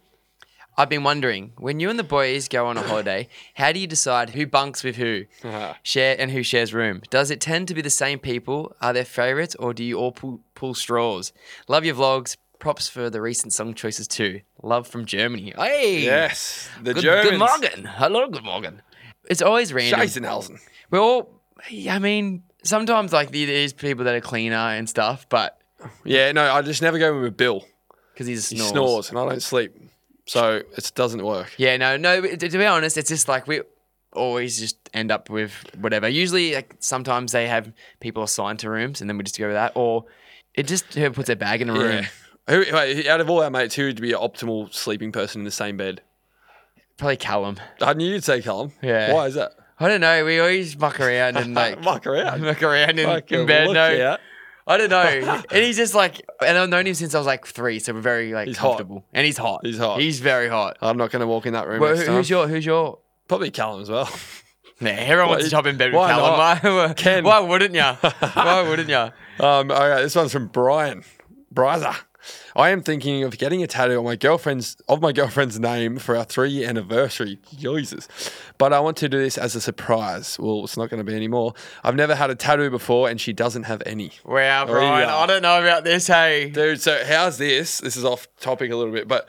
[SPEAKER 2] I've been wondering when you and the boys go on a holiday, how do you decide who bunks with who,
[SPEAKER 4] Uh-huh.
[SPEAKER 2] share and who shares room? Does it tend to be the same people? Are there favourites, or do you all pull, pull straws? Love your vlogs. Props for the recent song choices too. Love from Germany. Hey,
[SPEAKER 4] Yes. The
[SPEAKER 2] good,
[SPEAKER 4] Germans.
[SPEAKER 2] good morgen. Hello, good morgen. It's always random.
[SPEAKER 4] Scheisenhausen.
[SPEAKER 2] We're all. I mean, sometimes like there is people that are cleaner and stuff, but
[SPEAKER 4] Yeah, no, I just never go with Bill.
[SPEAKER 2] because he's
[SPEAKER 4] He snores and I don't sleep. So it doesn't work.
[SPEAKER 2] Yeah, no, no. To, to be honest, it's just like we always just end up with whatever. Usually, like sometimes they have people assigned to rooms, and then we just go with that. Or it just whoever puts their bag in a room.
[SPEAKER 4] Yeah. Who, wait, out of all our mates, who would be an optimal sleeping person in the same bed?
[SPEAKER 2] Probably Callum.
[SPEAKER 4] I knew you'd say Callum.
[SPEAKER 2] Yeah.
[SPEAKER 4] Why is that?
[SPEAKER 2] I don't know. We always muck around and like
[SPEAKER 4] Muck around.
[SPEAKER 2] muck around in,
[SPEAKER 4] Fucking
[SPEAKER 2] in bed.
[SPEAKER 4] look
[SPEAKER 2] No,
[SPEAKER 4] out.
[SPEAKER 2] I don't know. and he's just like, and I've known him since I was like three, so we're very like
[SPEAKER 4] He's hot.
[SPEAKER 2] comfortable. And he's hot.
[SPEAKER 4] He's hot.
[SPEAKER 2] He's very hot.
[SPEAKER 4] I'm not going to walk in that room.
[SPEAKER 2] Well,
[SPEAKER 4] next
[SPEAKER 2] who,
[SPEAKER 4] time.
[SPEAKER 2] who's your? Who's your?
[SPEAKER 4] Probably Callum as well.
[SPEAKER 2] Nah, everyone wants
[SPEAKER 4] Why-
[SPEAKER 2] to jump in bed with
[SPEAKER 4] why
[SPEAKER 2] Callum.
[SPEAKER 4] not?
[SPEAKER 2] Why,
[SPEAKER 4] Ken.
[SPEAKER 2] why wouldn't ya? Why wouldn't ya?
[SPEAKER 4] Um, all right, this one's from Brian. Bryza. I am thinking of getting a tattoo on my girlfriend's of my girlfriend's name for our three year anniversary. Jesus. But I want to do this as a surprise. Well, it's not going to be anymore. I've never had a tattoo before and she doesn't have any.
[SPEAKER 2] Wow, Brian,
[SPEAKER 4] Oh, yeah.
[SPEAKER 2] I don't know about this. Hey,
[SPEAKER 4] Dude, so how's this? This is off topic a little bit, but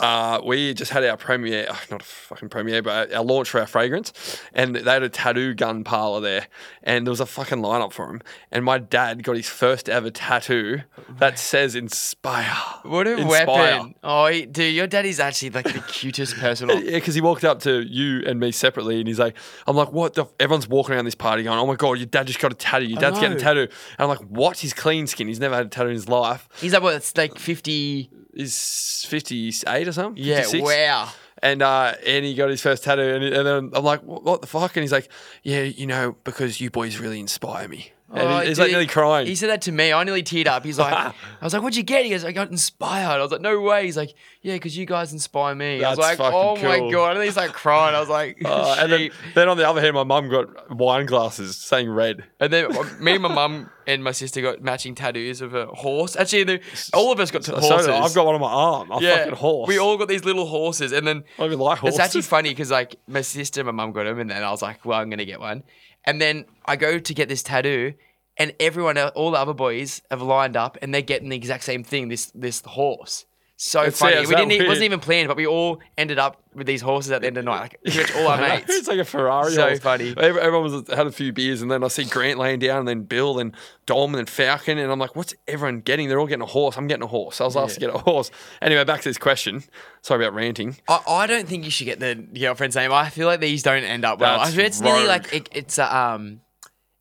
[SPEAKER 4] uh, we just had our premiere, oh, not a fucking premiere, but our launch for our fragrance, and they had a tattoo gun parlor there, and there was a fucking lineup for him. And my dad got his first ever tattoo that says "Inspire."
[SPEAKER 2] what a
[SPEAKER 4] Inspire.
[SPEAKER 2] weapon! Oh, he- dude, your daddy's actually like the cutest person. on-
[SPEAKER 4] Yeah, because he walked up to you and me separately, and he's like, "I'm like, what? the f-" Everyone's walking around this party going, oh my god, your dad just got a tattoo. Your dad's getting a
[SPEAKER 2] know.
[SPEAKER 4] tattoo." And I'm like, "What? He's clean skin. He's never had a tattoo in his life.
[SPEAKER 2] He's like, what? It's like fifty.
[SPEAKER 4] He's 58 or something.
[SPEAKER 2] Yeah,
[SPEAKER 4] 56?
[SPEAKER 2] wow.
[SPEAKER 4] and uh, and he got his first tattoo, and, and then I'm like, what, what the fuck? And he's like, yeah, you know, because you boys really inspire me. And
[SPEAKER 2] Oh,
[SPEAKER 4] he- he's like
[SPEAKER 2] dude,
[SPEAKER 4] nearly crying.
[SPEAKER 2] He said that to me. I nearly teared up. He's like, I was like, what'd you get? He goes, I got inspired. I was like, no way. He's like, yeah, because you guys inspire me. I was like,
[SPEAKER 4] That's fucking
[SPEAKER 2] oh my
[SPEAKER 4] cool.
[SPEAKER 2] God. And then he's like crying. I was like,
[SPEAKER 4] Uh, and then,
[SPEAKER 2] "Sheep."
[SPEAKER 4] then on the other hand, my mum got wine glasses saying red.
[SPEAKER 2] and then uh, me and my mum and my sister got matching tattoos of a horse. Actually, the, all of us got
[SPEAKER 4] So
[SPEAKER 2] horses.
[SPEAKER 4] I've got one on my arm. I'm
[SPEAKER 2] yeah,
[SPEAKER 4] fucking horse. Oh,
[SPEAKER 2] We all got these little horses. And then
[SPEAKER 4] I don't even like horses.
[SPEAKER 2] It's actually funny because like my sister, my mum got them, and then I was like, well, I'm gonna get one. And then I go to get this tattoo, and everyone, el- all the other boys, have lined up, and they're getting the exact same thing. This this horse. So
[SPEAKER 4] It's-
[SPEAKER 2] funny.
[SPEAKER 4] yeah, it's
[SPEAKER 2] we
[SPEAKER 4] that
[SPEAKER 2] didn't. e-, It wasn't
[SPEAKER 4] weird.
[SPEAKER 2] even planned, but we all ended up with these horses at the end of the night. Like pretty much all our
[SPEAKER 4] I know,
[SPEAKER 2] mates.
[SPEAKER 4] It's like a Ferrari.
[SPEAKER 2] So
[SPEAKER 4] horse.
[SPEAKER 2] funny.
[SPEAKER 4] Ev- Everyone was had a few beers, and then I see Grant laying down, and then Bill, and Dom, and then Falcon, and I'm like, "What's everyone getting? They're all getting a horse. I'm getting a horse. I was asked to get a horse." Anyway, back to this question. Sorry about ranting.
[SPEAKER 2] I, I don't think you should get the girlfriend's name. I feel like these don't end up well.
[SPEAKER 4] That's
[SPEAKER 2] I feel it's nearly
[SPEAKER 4] rogue.
[SPEAKER 2] like it, it's uh, um,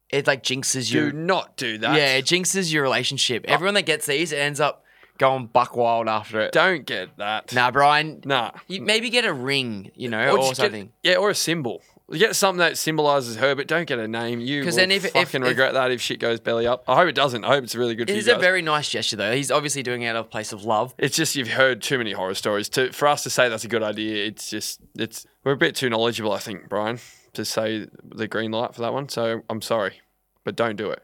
[SPEAKER 2] it like jinxes you.
[SPEAKER 4] Do not do that.
[SPEAKER 2] Yeah, it jinxes your relationship.
[SPEAKER 4] Uh,
[SPEAKER 2] Everyone that gets these ends up going buck wild after it.
[SPEAKER 4] don't get that.
[SPEAKER 2] Nah, Brian.
[SPEAKER 4] nah.
[SPEAKER 2] You maybe get a ring, you know, or,
[SPEAKER 4] just get-
[SPEAKER 2] something.
[SPEAKER 4] yeah, or a symbol. You get something that symbolizes her, but don't get a name. You will
[SPEAKER 2] 'Cause then if- if-
[SPEAKER 4] fucking
[SPEAKER 2] if-
[SPEAKER 4] regret that if shit goes belly up. I hope it doesn't. I hope it's really good
[SPEAKER 2] It
[SPEAKER 4] for you
[SPEAKER 2] is
[SPEAKER 4] guys.
[SPEAKER 2] a very nice gesture, though. He's obviously doing it out of a place of love.
[SPEAKER 4] It's just you've heard too many horror stories to for us to say that's a good idea. It's just it's we're a bit too knowledgeable, I think, Brian, to say the green light for that one. So I'm sorry, but don't do it.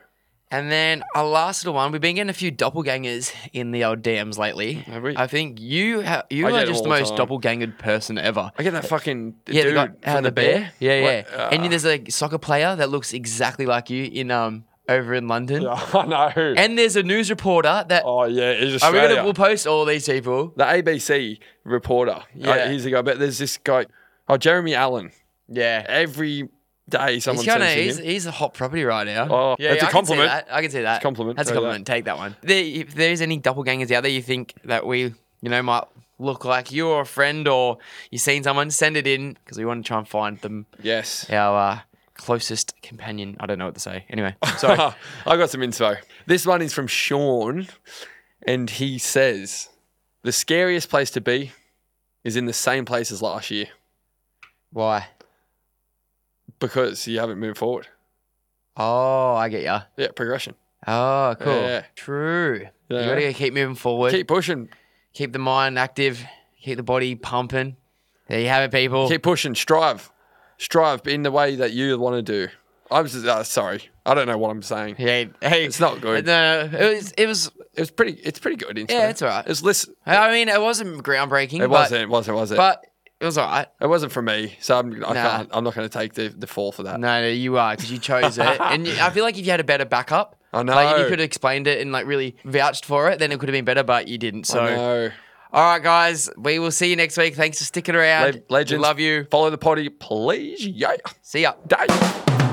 [SPEAKER 2] And then our last little one. We've been getting a few doppelgangers in the old DMs lately.
[SPEAKER 4] Have we?
[SPEAKER 2] I think you ha- you
[SPEAKER 4] I get
[SPEAKER 2] are
[SPEAKER 4] it
[SPEAKER 2] just the
[SPEAKER 4] all the
[SPEAKER 2] most
[SPEAKER 4] time.
[SPEAKER 2] doppelgangered person ever.
[SPEAKER 4] I get that fucking
[SPEAKER 2] Yeah, the
[SPEAKER 4] dude
[SPEAKER 2] guy,
[SPEAKER 4] from
[SPEAKER 2] uh, the bear. Yeah, yeah.
[SPEAKER 4] What- uh,
[SPEAKER 2] and there's a soccer player that looks exactly like you in um over in London.
[SPEAKER 4] I know.
[SPEAKER 2] And there's a news reporter that.
[SPEAKER 4] oh yeah, it's
[SPEAKER 2] are we
[SPEAKER 4] Australia.
[SPEAKER 2] gonna? We'll post all these people.
[SPEAKER 4] the ABC reporter. Yeah,
[SPEAKER 2] Yeah.
[SPEAKER 4] he's the guy. But there's this guy, oh Jeremy Allen.
[SPEAKER 2] Yeah.
[SPEAKER 4] Every day
[SPEAKER 2] He's
[SPEAKER 4] someone
[SPEAKER 2] kind of
[SPEAKER 4] sends to
[SPEAKER 2] he's,
[SPEAKER 4] him.
[SPEAKER 2] he's a hot property right now.
[SPEAKER 4] Oh, that's a
[SPEAKER 2] I can see
[SPEAKER 4] compliment.
[SPEAKER 2] that. I can see that.
[SPEAKER 4] a compliment.
[SPEAKER 2] That's a
[SPEAKER 4] Take that.
[SPEAKER 2] compliment. Take that one. There, if there's any doppelgangers out there you think that we, you know, might look like you or a friend or you've seen someone, send it in because we want to try and find them
[SPEAKER 4] Yes.
[SPEAKER 2] our uh, closest companion. I don't know what to say. Anyway, sorry.
[SPEAKER 4] I got some info. This one is from Sean, and he says the scariest place to be is in the same place as last year
[SPEAKER 2] Why?
[SPEAKER 4] because you haven't moved forward.
[SPEAKER 2] Oh, I get ya.
[SPEAKER 4] Yeah, progression.
[SPEAKER 2] Oh, cool.
[SPEAKER 4] Yeah.
[SPEAKER 2] True. You
[SPEAKER 4] Yeah.
[SPEAKER 2] gotta keep moving forward.
[SPEAKER 4] Keep
[SPEAKER 2] Keep,
[SPEAKER 4] pushing.
[SPEAKER 2] the mind active. Keep the body pumping. There you have it, people.
[SPEAKER 4] Keep pushing. Strive. Strive in the way that you want to do. I was uh, sorry. I don't know what I'm saying.
[SPEAKER 2] Hey, hey,
[SPEAKER 4] It's not good.
[SPEAKER 2] No, no, it was. It was.
[SPEAKER 4] It was pretty. It's pretty good. Intro.
[SPEAKER 2] Yeah, it's all right.
[SPEAKER 4] It's listen.
[SPEAKER 2] I mean, it wasn't groundbreaking.
[SPEAKER 4] It
[SPEAKER 2] but,
[SPEAKER 4] wasn't. It wasn't. Was it?
[SPEAKER 2] but it was all right.
[SPEAKER 4] it wasn't for me. So I'm.
[SPEAKER 2] Nah.
[SPEAKER 4] I can't, I'm not going to take the, the fall for that.
[SPEAKER 2] No, no, you are because you chose it, and you, I feel like if you had a better backup,
[SPEAKER 4] I
[SPEAKER 2] like if you
[SPEAKER 4] know.
[SPEAKER 2] could have explained it and like really vouched for it, then it could have been better. But you didn't. So,
[SPEAKER 4] no.
[SPEAKER 2] all right, guys, we will see you next week. Thanks for sticking around.
[SPEAKER 4] Le- legends.
[SPEAKER 2] we love you.
[SPEAKER 4] Follow the potty, please. Yeah.
[SPEAKER 2] See ya.
[SPEAKER 4] Day.